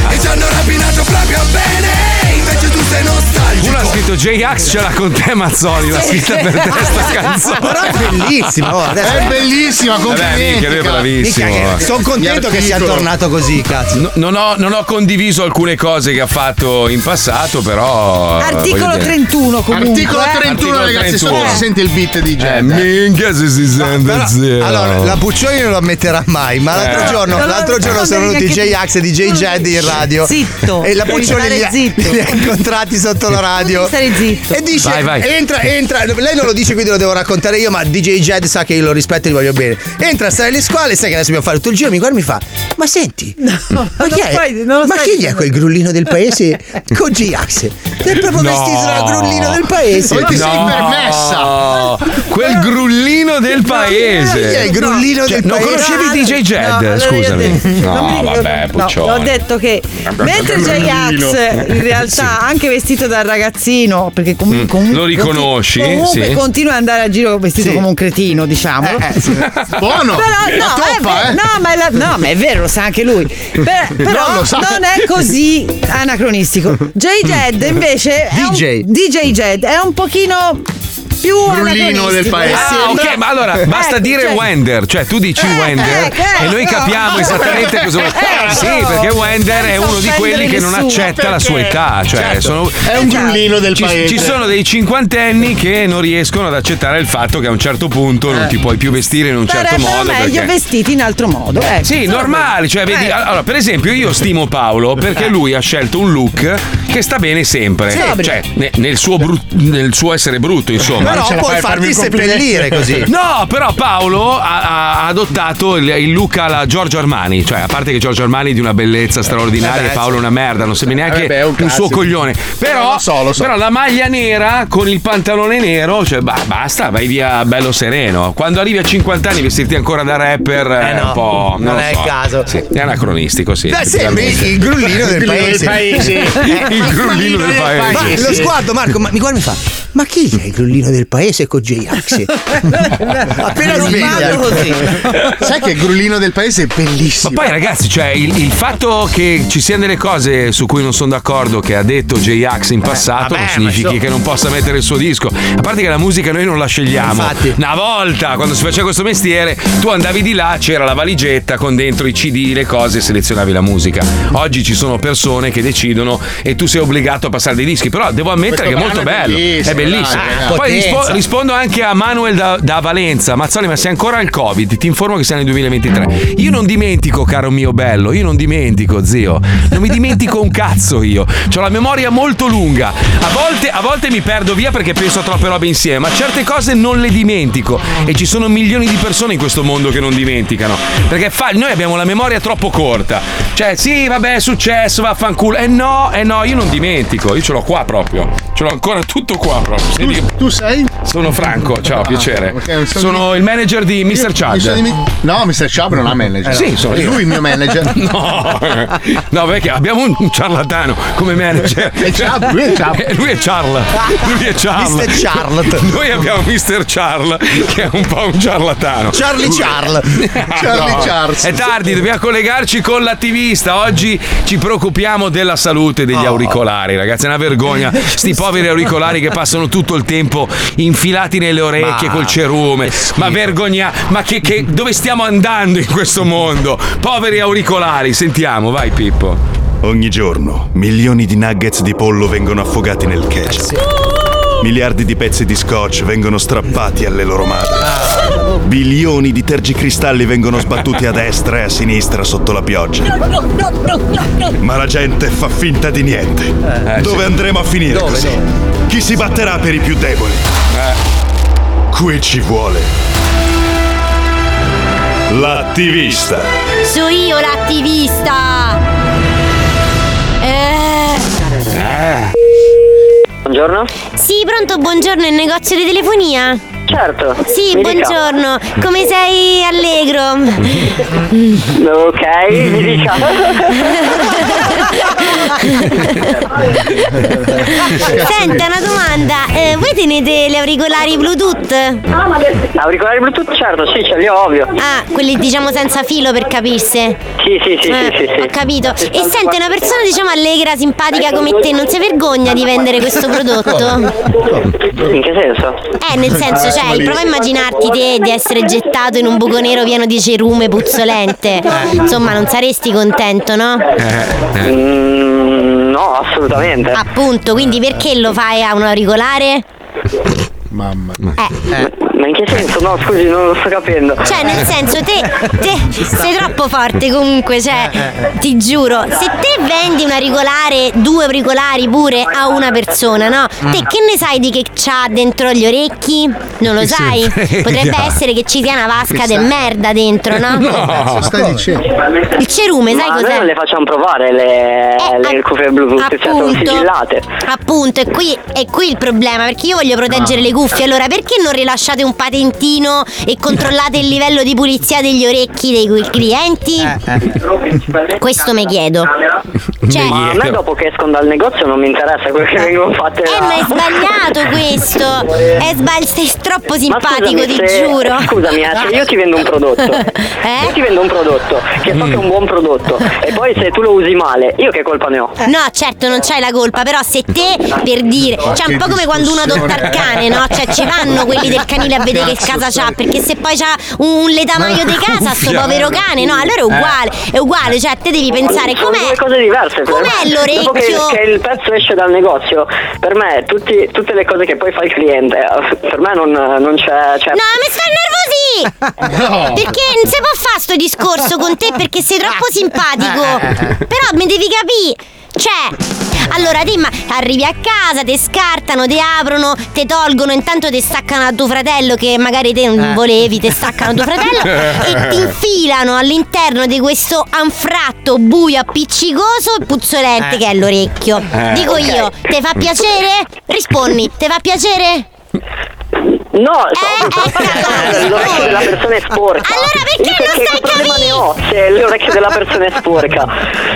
E ci hanno rapinato proprio bene Invece tu sei nostalgico
Uno ha scritto J-Ax ce l'ha con te Mazzoli, l'ha scritta per te sta canzone.
Però è bellissima, oh, adesso- È bellissima,
Vabbè,
complimenti,
mica, lui è
cara.
bravissimo. eh.
Mica che- son contento
che sia tornato
così, cazzo. non, ho, non ho condiviso alcune cose che ha fatto in passato, però. eh, voglio
Articolo
dire-
31 comunque.
Articolo 31 ragazzi, solo si sente il beat di gente.
Eh, minchia se si sente zero.
Allora, la Puccioni non lo ammetterà mai, ma l'altro
Eh.
giorno,
Non lo-
l'altro giorno
non
sono
devi
venuti DJ
neanche-
Axe e DJ Jed in radio.
Zitto.
E la
Devi
Puccioni
stare
li ha,
zitto.
li ha incontrati sotto la radio.
Devi stare zitto.
E dice:
Vai, vai.
Entra, entra. Lei non lo dice, quindi lo devo raccontare io, ma DJ Jed sa che io lo rispetto e gli voglio bene. Entra a stare alle squale, sai che adesso dobbiamo fare tutto il giro. Mi guarda e mi fa: Ma senti, ma chi,
non
è,
puoi- non lo
ma
stai
chi è
dicendo."
quel grullino del paese con G-Axe? È proprio vestito da grullino del paese.
Ma ti sei permessa? Quel grullino del paese.
chi è il grullino
Cioè,
del
non
paese?
conoscevi DJ Jed?
allora io
scusami.
ho detto- non mi
No,
ricordo-
vabbè,
no,
Puccioni.
Eh,
ho detto che mentre J-Ax in realtà anche vestito da ragazzino no, perché comunque.
Mm, lo
conti-
riconosci,
Comunque
sì.
continua ad andare a giro vestito come un cretino, diciamo.
Eh, Buono!
Però,
La
no,
toppa,
è vero,
eh.
no, ma è la- no, ma è vero, lo sa anche lui. Per- però
Non lo sa. Mm.
non è così anacronistico. J. Jed invece. è un-
DJ.
DJ Jed è un pochino più anacronistico.
Ah, ok, ma allora
Eh,
basta dire Wender, cioè tu dici Wender
ecco, ecco.
e noi capiamo esattamente cosa vuoi.
Ecco.
Sì, perché Wender è
Senza
uno di quelli
offendere
che non
nessuno.
accetta la sua
Perché?
età, cioè
Certo.
sono-
È un
Esatto.
grullino del
ci,
paese.
Ci sono dei cinquantenni che non riescono ad accettare il fatto che a un certo punto
Eh.
non ti puoi più vestire in un certo
Sarebbero
modo.
meglio
perché-
vestiti in altro modo. Ecco.
Sì, normali, cioè vedi,
Eh.
allora per esempio io stimo Paolo perché lui ha scelto un look che sta bene sempre,
Sobrio.
cioè ne- nel, suo bru- nel suo essere brutto insomma.
Però
Ce la
puoi
fai a farmi
farti
un complimento?
seppellire così.
No, però Paolo ha, ha- ha adottato il, il look alla Giorgio Armani, cioè a parte che Giorgio Armani è di una bellezza straordinaria,
Vabbè,
Paolo è una merda, non sembra neanche
Vabbè, è
un,
un
suo
cazzo.
coglione. Però, però la maglia nera con il pantalone nero, cioè bah, basta, vai via bello sereno. Quando arrivi a 50 anni vestirti ancora da rapper è un po'...
Eh, non
lo
è
so.
il caso.
Sì, è anacronistico, sì.
Beh, sembri
effettivamente.
il grullino del paese. Eh,
il grullino del paese.
Ma lo sguardo, Marco, ma mi guarda e mi fa: Ma chi è il grullino del paese con
[laughs]
J-Ax? [laughs]
Appena
sveglia.
[laughs] Sai che il grullino del paese è bellissimo.
Poi ragazzi, cioè il, il fatto che ci siano delle cose su cui non sono d'accordo che ha detto J-Ax in passato
Eh, vabbè,
non
ma
significhi
insomma.
che non possa mettere il suo disco. A parte che la musica noi non la scegliamo. Una volta, quando si faceva questo mestiere, tu andavi di là, c'era la valigetta con dentro i CD, le cose e selezionavi la musica. Oggi ci sono persone che decidono e tu sei obbligato a passare dei dischi, però devo ammettere
Questo
che è molto
brano è
bello.
bellissimo,
È bellissimo.
dai,
Poi
potenza.
rispo- rispondo anche a Manuel da, da Valenza. Mazzoli, ma sei ancora al Covid? Ti informo che siamo nel 2023. Io non dimentico, caro mio bello, io non dimentico, zio. Non mi dimentico un cazzo io. Ho la memoria molto lunga. A volte, a volte mi perdo via perché penso a troppe robe insieme, ma certe cose non le dimentico. E ci sono milioni di persone in questo mondo che non dimenticano. Perché fa- noi abbiamo la memoria troppo corta. Cioè, sì, vabbè, è successo, vaffanculo. Eh no, eh no, io non dimentico. Io ce l'ho qua proprio. Ce l'ho ancora tutto qua proprio. Se dico-
Tu sei?
sono Franco, ciao,
Ah,
piacere.
ok, mi sono
sono il manager di Mr.
Mi sono
Chad. Eh,
dimi- No, Mr. Chubb non ha manager.
Sì, sono
È
io.
lui il mio manager.
[laughs] No, no, perché abbiamo un ciarlatano come manager.
È Chubb, lui
[laughs]
è Chubb.
Eh, Lui è Charles. Lui è Charles.
Mr. Charlotte.
Noi abbiamo Mr. Charles, che è un po' un ciarlatano.
Charlie Charles.
Ah,
[laughs] Charlie
no.
Charles.
È tardi, dobbiamo collegarci con l'attivista. Oggi ci preoccupiamo della salute degli auricolari, ragazzi. È una vergogna. Sti poveri auricolari che passano tutto il tempo infilati nelle orecchie
Ma-
col cerume. Ma vergogna, ma che, che- dove stiamo andando in questo mondo? Poveri auricolari, sentiamo, vai Pippo.
Ogni giorno milioni di nuggets di pollo vengono affogati nel ketchup. Miliardi di pezzi di scotch vengono strappati alle loro
Ah.
madri. Bilioni di tergicristalli vengono sbattuti a destra e a sinistra sotto la pioggia. Ma la gente fa finta di niente.
eh,
Dove
sì.
andremo a finire
Dove,
così? Chi si batterà per i più deboli? Eh. Qui ci vuole. L'attivista.
So io l'attivista! Eh.
Buongiorno.
Sì, pronto, buongiorno, il negozio di telefonia? Certo. Sì,
mi dica.
buongiorno. Come sei allegro?
Ok, mi dica.
Diciamo. [laughs] Senta, una domanda. Eh, voi tenete gli auricolari Bluetooth? Ah, ma
Auricolari Bluetooth, certo, sì, ce li ho, ovvio.
Ah, quelli diciamo senza filo per capirsi.
Sì, sì, sì,
Eh,
sì, sì, sì.
Ho capito. E senti, una persona diciamo allegra, simpatica come te, non si vergogna di vendere questo prodotto?
In che senso?
Eh, nel senso, cioè, prova a immaginarti te di essere gettato in un buco nero pieno di cerume puzzolente. Insomma, non saresti contento, no?
Eh.
Eh,
Mm, no, assolutamente.
Ah, Appunto, quindi perché lo fai a un auricolare?
Mamma.
Ma in che senso? No, scusi, non lo sto capendo.
Eh. Cioè, nel senso, te, te sei troppo forte comunque,
Eh,
cioè, ti giuro, se te vendi un auricolare, due auricolari pure a una persona, no?
Mm.
Te che ne sai di che c'ha dentro gli orecchi? Non lo
Chi se
sai?
[laughs] ne frega?
Potrebbe essere che ci sia una vasca
Chissà.
di merda
[laughs]
dentro, no?
Cosa stai dicendo?
Il cerume, sai
Ma noi
cos'è? Eh,
non le facciamo provare le, le cuffie Bluetooth, cioè sono
appunto.
sigillate.
Appunto, è qui, è qui il problema, perché io voglio proteggere
Ah.
le cuffie, allora perché non rilasciate un patentino e controllate il livello di
Eh,
pulizia degli orecchi dei cui clienti? Questo mi chiedo. Cioè-
Ma
a
a
me
me
dopo che escono dal negozio non mi interessa quello che vengono fatte. Eh, ma è sbagliato questo. È sbag- sei troppo simpatico, ti se- giuro. Eh? Scusami, eh, se io ti vendo un prodotto, io ti vendo un prodotto che so che è un buon [laughs] prodotto e poi se tu lo usi male, io che colpa ne ho? [laughs] No, certo, non c'hai la colpa, però se te per dire, Ma cioè che un po' come quando uno adotta il cane, no? Cioè ci vanno quelli del canile a vedere che Cazzo, casa c'ha, sai. perché se poi c'ha un letamaio di casa, sto cuffia. povero cane, no? Allora è uguale, è uguale, cioè te devi pensare Sono com'è. due cose diverse per com'è me. l'orecchio? Dopo che, che il pezzo esce dal negozio, per me tutti- tutte le cose che poi fa il cliente, eh, per me non, non c'è. Cioè...
certo.
No, mi
[laughs]
sto innervosì! No. Perché non si può fare sto discorso con te perché sei troppo simpatico.
[laughs]
Però mi devi capire. Cioè, allora te ma arrivi a casa, te scartano, te aprono, te tolgono, intanto te staccano a tuo fratello che magari te non
Eh.
volevi, te staccano
[laughs]
tuo fratello e ti infilano all'interno di questo anfratto buio appiccicoso e puzzolente
Eh.
che è l'orecchio.
Eh.
Dico
Ok.
io, te fa piacere? Rispondi, te fa piacere? No, l'orecchio della persona è sporca. Allora perché non stai capendo? se l'orecchio della persona è [laughs] sporca.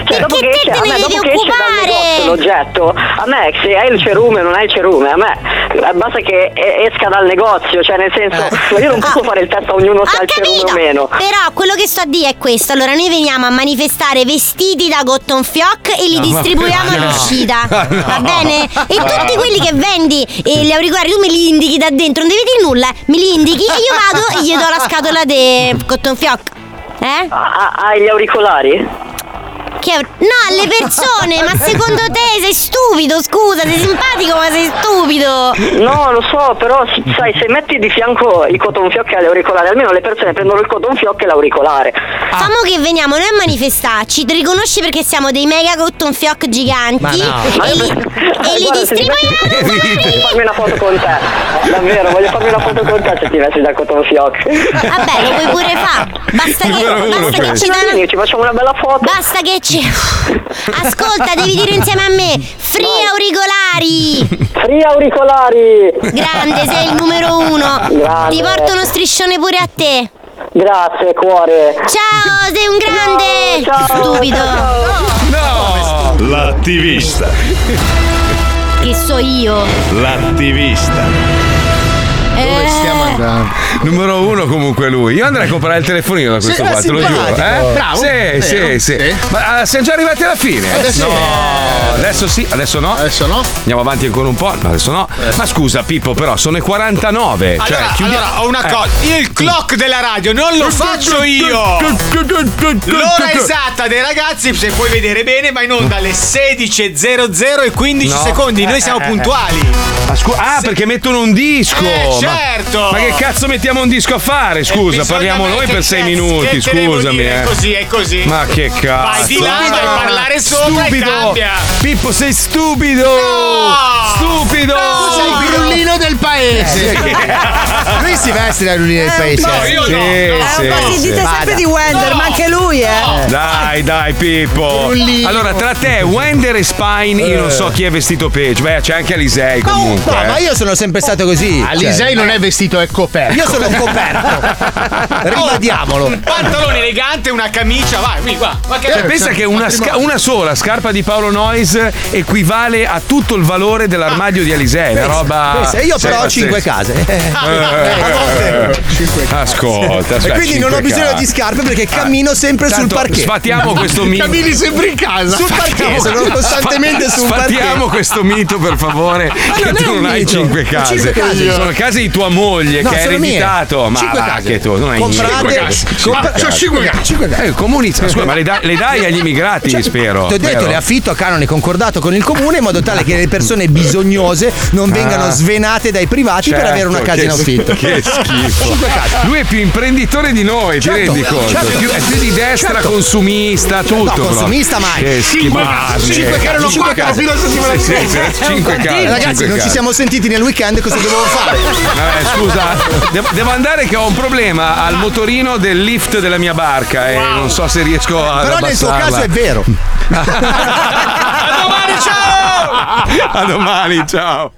Cioè, dopo che esce, a me, dopo che esce dal negozio l'oggetto, a me se hai il cerume o non hai il cerume, a me eh, basta che e- esca dal negozio, cioè nel senso, io non posso fare il test a ognuno se ha il cerume o meno. Però quello che sto a dire è questo. Allora noi veniamo a manifestare vestiti da cotton fioc e li
No, ma-
distribuiamo
no.
all'uscita.
Ah, no. [laughs]
Va bene? E
No.
tutti quelli che vendi e gli auricolari tu me li indichi da dentro, non devi dire nulla. Me li indichi e io vado e gli do la scatola di cotton fioc. Eh? Hai gli auricolari? Che av- no, alle persone, ma secondo te sei stupido, scusa, sei simpatico ma sei stupido. No, lo so, però sai, se metti di fianco i cotton fioc e l'auricolare, almeno le persone prendono il cotton fioc e l'auricolare. Famo che veniamo noi a manifestarci, ti riconosci perché siamo dei mega cotton fioc giganti Ma no. e li, e li distribuiamo. Voglio farmi una foto con te, davvero, voglio farmi una foto con te se ti vesti da cotton fioc. Vabbè, lo puoi pure fare, basta che, basta che ci dai una... Cioè, ci facciamo una bella foto. Basta che ci... [laughs] Ascolta, devi dire insieme a me, free auricolari! Free auricolari! Grande, sei il numero uno!
Grande.
Ti porto uno striscione pure a te!
Grazie, cuore.
Ciao, sei un grande! Stupido!
L'attivista.
Che so io!
L'attivista.
Eh.
Numero uno comunque lui. Io andrei a comprare il telefonino da questo
Sì,
qua, te lo giuro.
simpatico.
Eh?
Bravo.
Sì, sì,
Vero.
sì, Ma ah, siamo già arrivati alla fine.
Eh,
Adesso
no.
sì.
Adesso sì, adesso no.
Adesso no.
Andiamo avanti ancora un po'. ma Adesso no. Ma scusa, Pippo, però sono i 49. Cioè,
Eh. allora,
chiudiamo-
allora, ho una
Eh.
cosa. Io il clock della radio non lo faccio io. L'ora esatta dei ragazzi, se puoi vedere bene, ma in onda alle 16.00 e 15
No.
secondi. Noi
Eh,
siamo
eh, eh.
puntuali.
Ma scu- ah, perché mettono un disco!
Eh,
Ma-
certo. Eh,
Ma, che cazzo mettiamo un disco a fare? Scusa,
bisogna
parliamo noi
mettere-
per sei
che
minuti,
te devo
scusami.
dire,
eh.
È così, è così.
Ma che cazzo! Ah,
Vai di là, vai a parlare sopra
Stupido.
e cambia.
Pippo, sei stupido! Stupido!
Tu sei il grullino del paese.
Eh, sì. Lui si veste da
Eh,
lunedì del paese.
No, io no, Sì, no. sì,
Ma si
sì.
dite sempre di Wender, ma anche lui, eh.
Dai, dai, Pippo.
Grullino.
Allora, tra te, Wender e Spine, io non so chi è vestito peggio. Beh, c'è anche Alisei comunque.
No,
eh.
Eh.
[laughs]
ma io sono sempre stato così. cioè.
Alisei non è vestito, è coperto.
Io sono un coperto. Ribadiamolo.
Un pantalone elegante, una camicia, vai, qui, qua. Ma che
Cioè, pensa che una,
Certo.
sca- una sola scarpa di Paolo Noyes equivale a tutto il valore dell'armadio di Alisei. Una
Pensa,
roba.
pensa, io
Cioè,
però ho
pazzesca.
cinque case. [laughs]
Eh,
E
Ascolta, aspetta,
quindi non ho
cinque
bisogno
case.
di scarpe perché cammino sempre sul
Tanto
parquet. [laughs]
Sfatiamo questo mito.
Sul parquet,
Sfatiamo-
sono costantemente sul parquet.
Sfatiamo questo mito, per favore. che
non è
tu
un
non hai
mito.
cinque
Ho
case.
cinque case.
Sono case di tua moglie
No,
che hai
sono mie.
ereditato. Ma
Cinque
va,
case.
che tu non hai
Comprate-
niente.
Cinque case. Compra- sono cinque case. Cinque case.
Eh, comuni, ma scusa, ma le dai, le dai agli immigrati, spero.
Ti ho detto,
vero?
le affitto a canone concordato con il comune in modo tale che le persone bisognose non vengano
Ah.
svenate dai privati per
Certo,
avere una casa
che
in
s-
affitto.
Che schifo.
Cinque case.
Lui è più imprenditore di noi,
Certo,
ti rendi conto?
certo.
Più- è più di destra,
Certo.
consumista, tutto.
No,
proprio.
consumista mai.
Che
Cinque case,
schifo.
cinque che erano quattro fino alla settimana scorsa.
Cinque case.
Ragazzi,
cinque
non ci
case.
siamo sentiti nel weekend, cosa dovevo fare?
Vabbè, Eh, scusa, de- devo andare che ho un problema al motorino del lift della mia barca e non so se riesco a.
Però nel tuo caso è
[laughs]
vero.
A domani, ciao!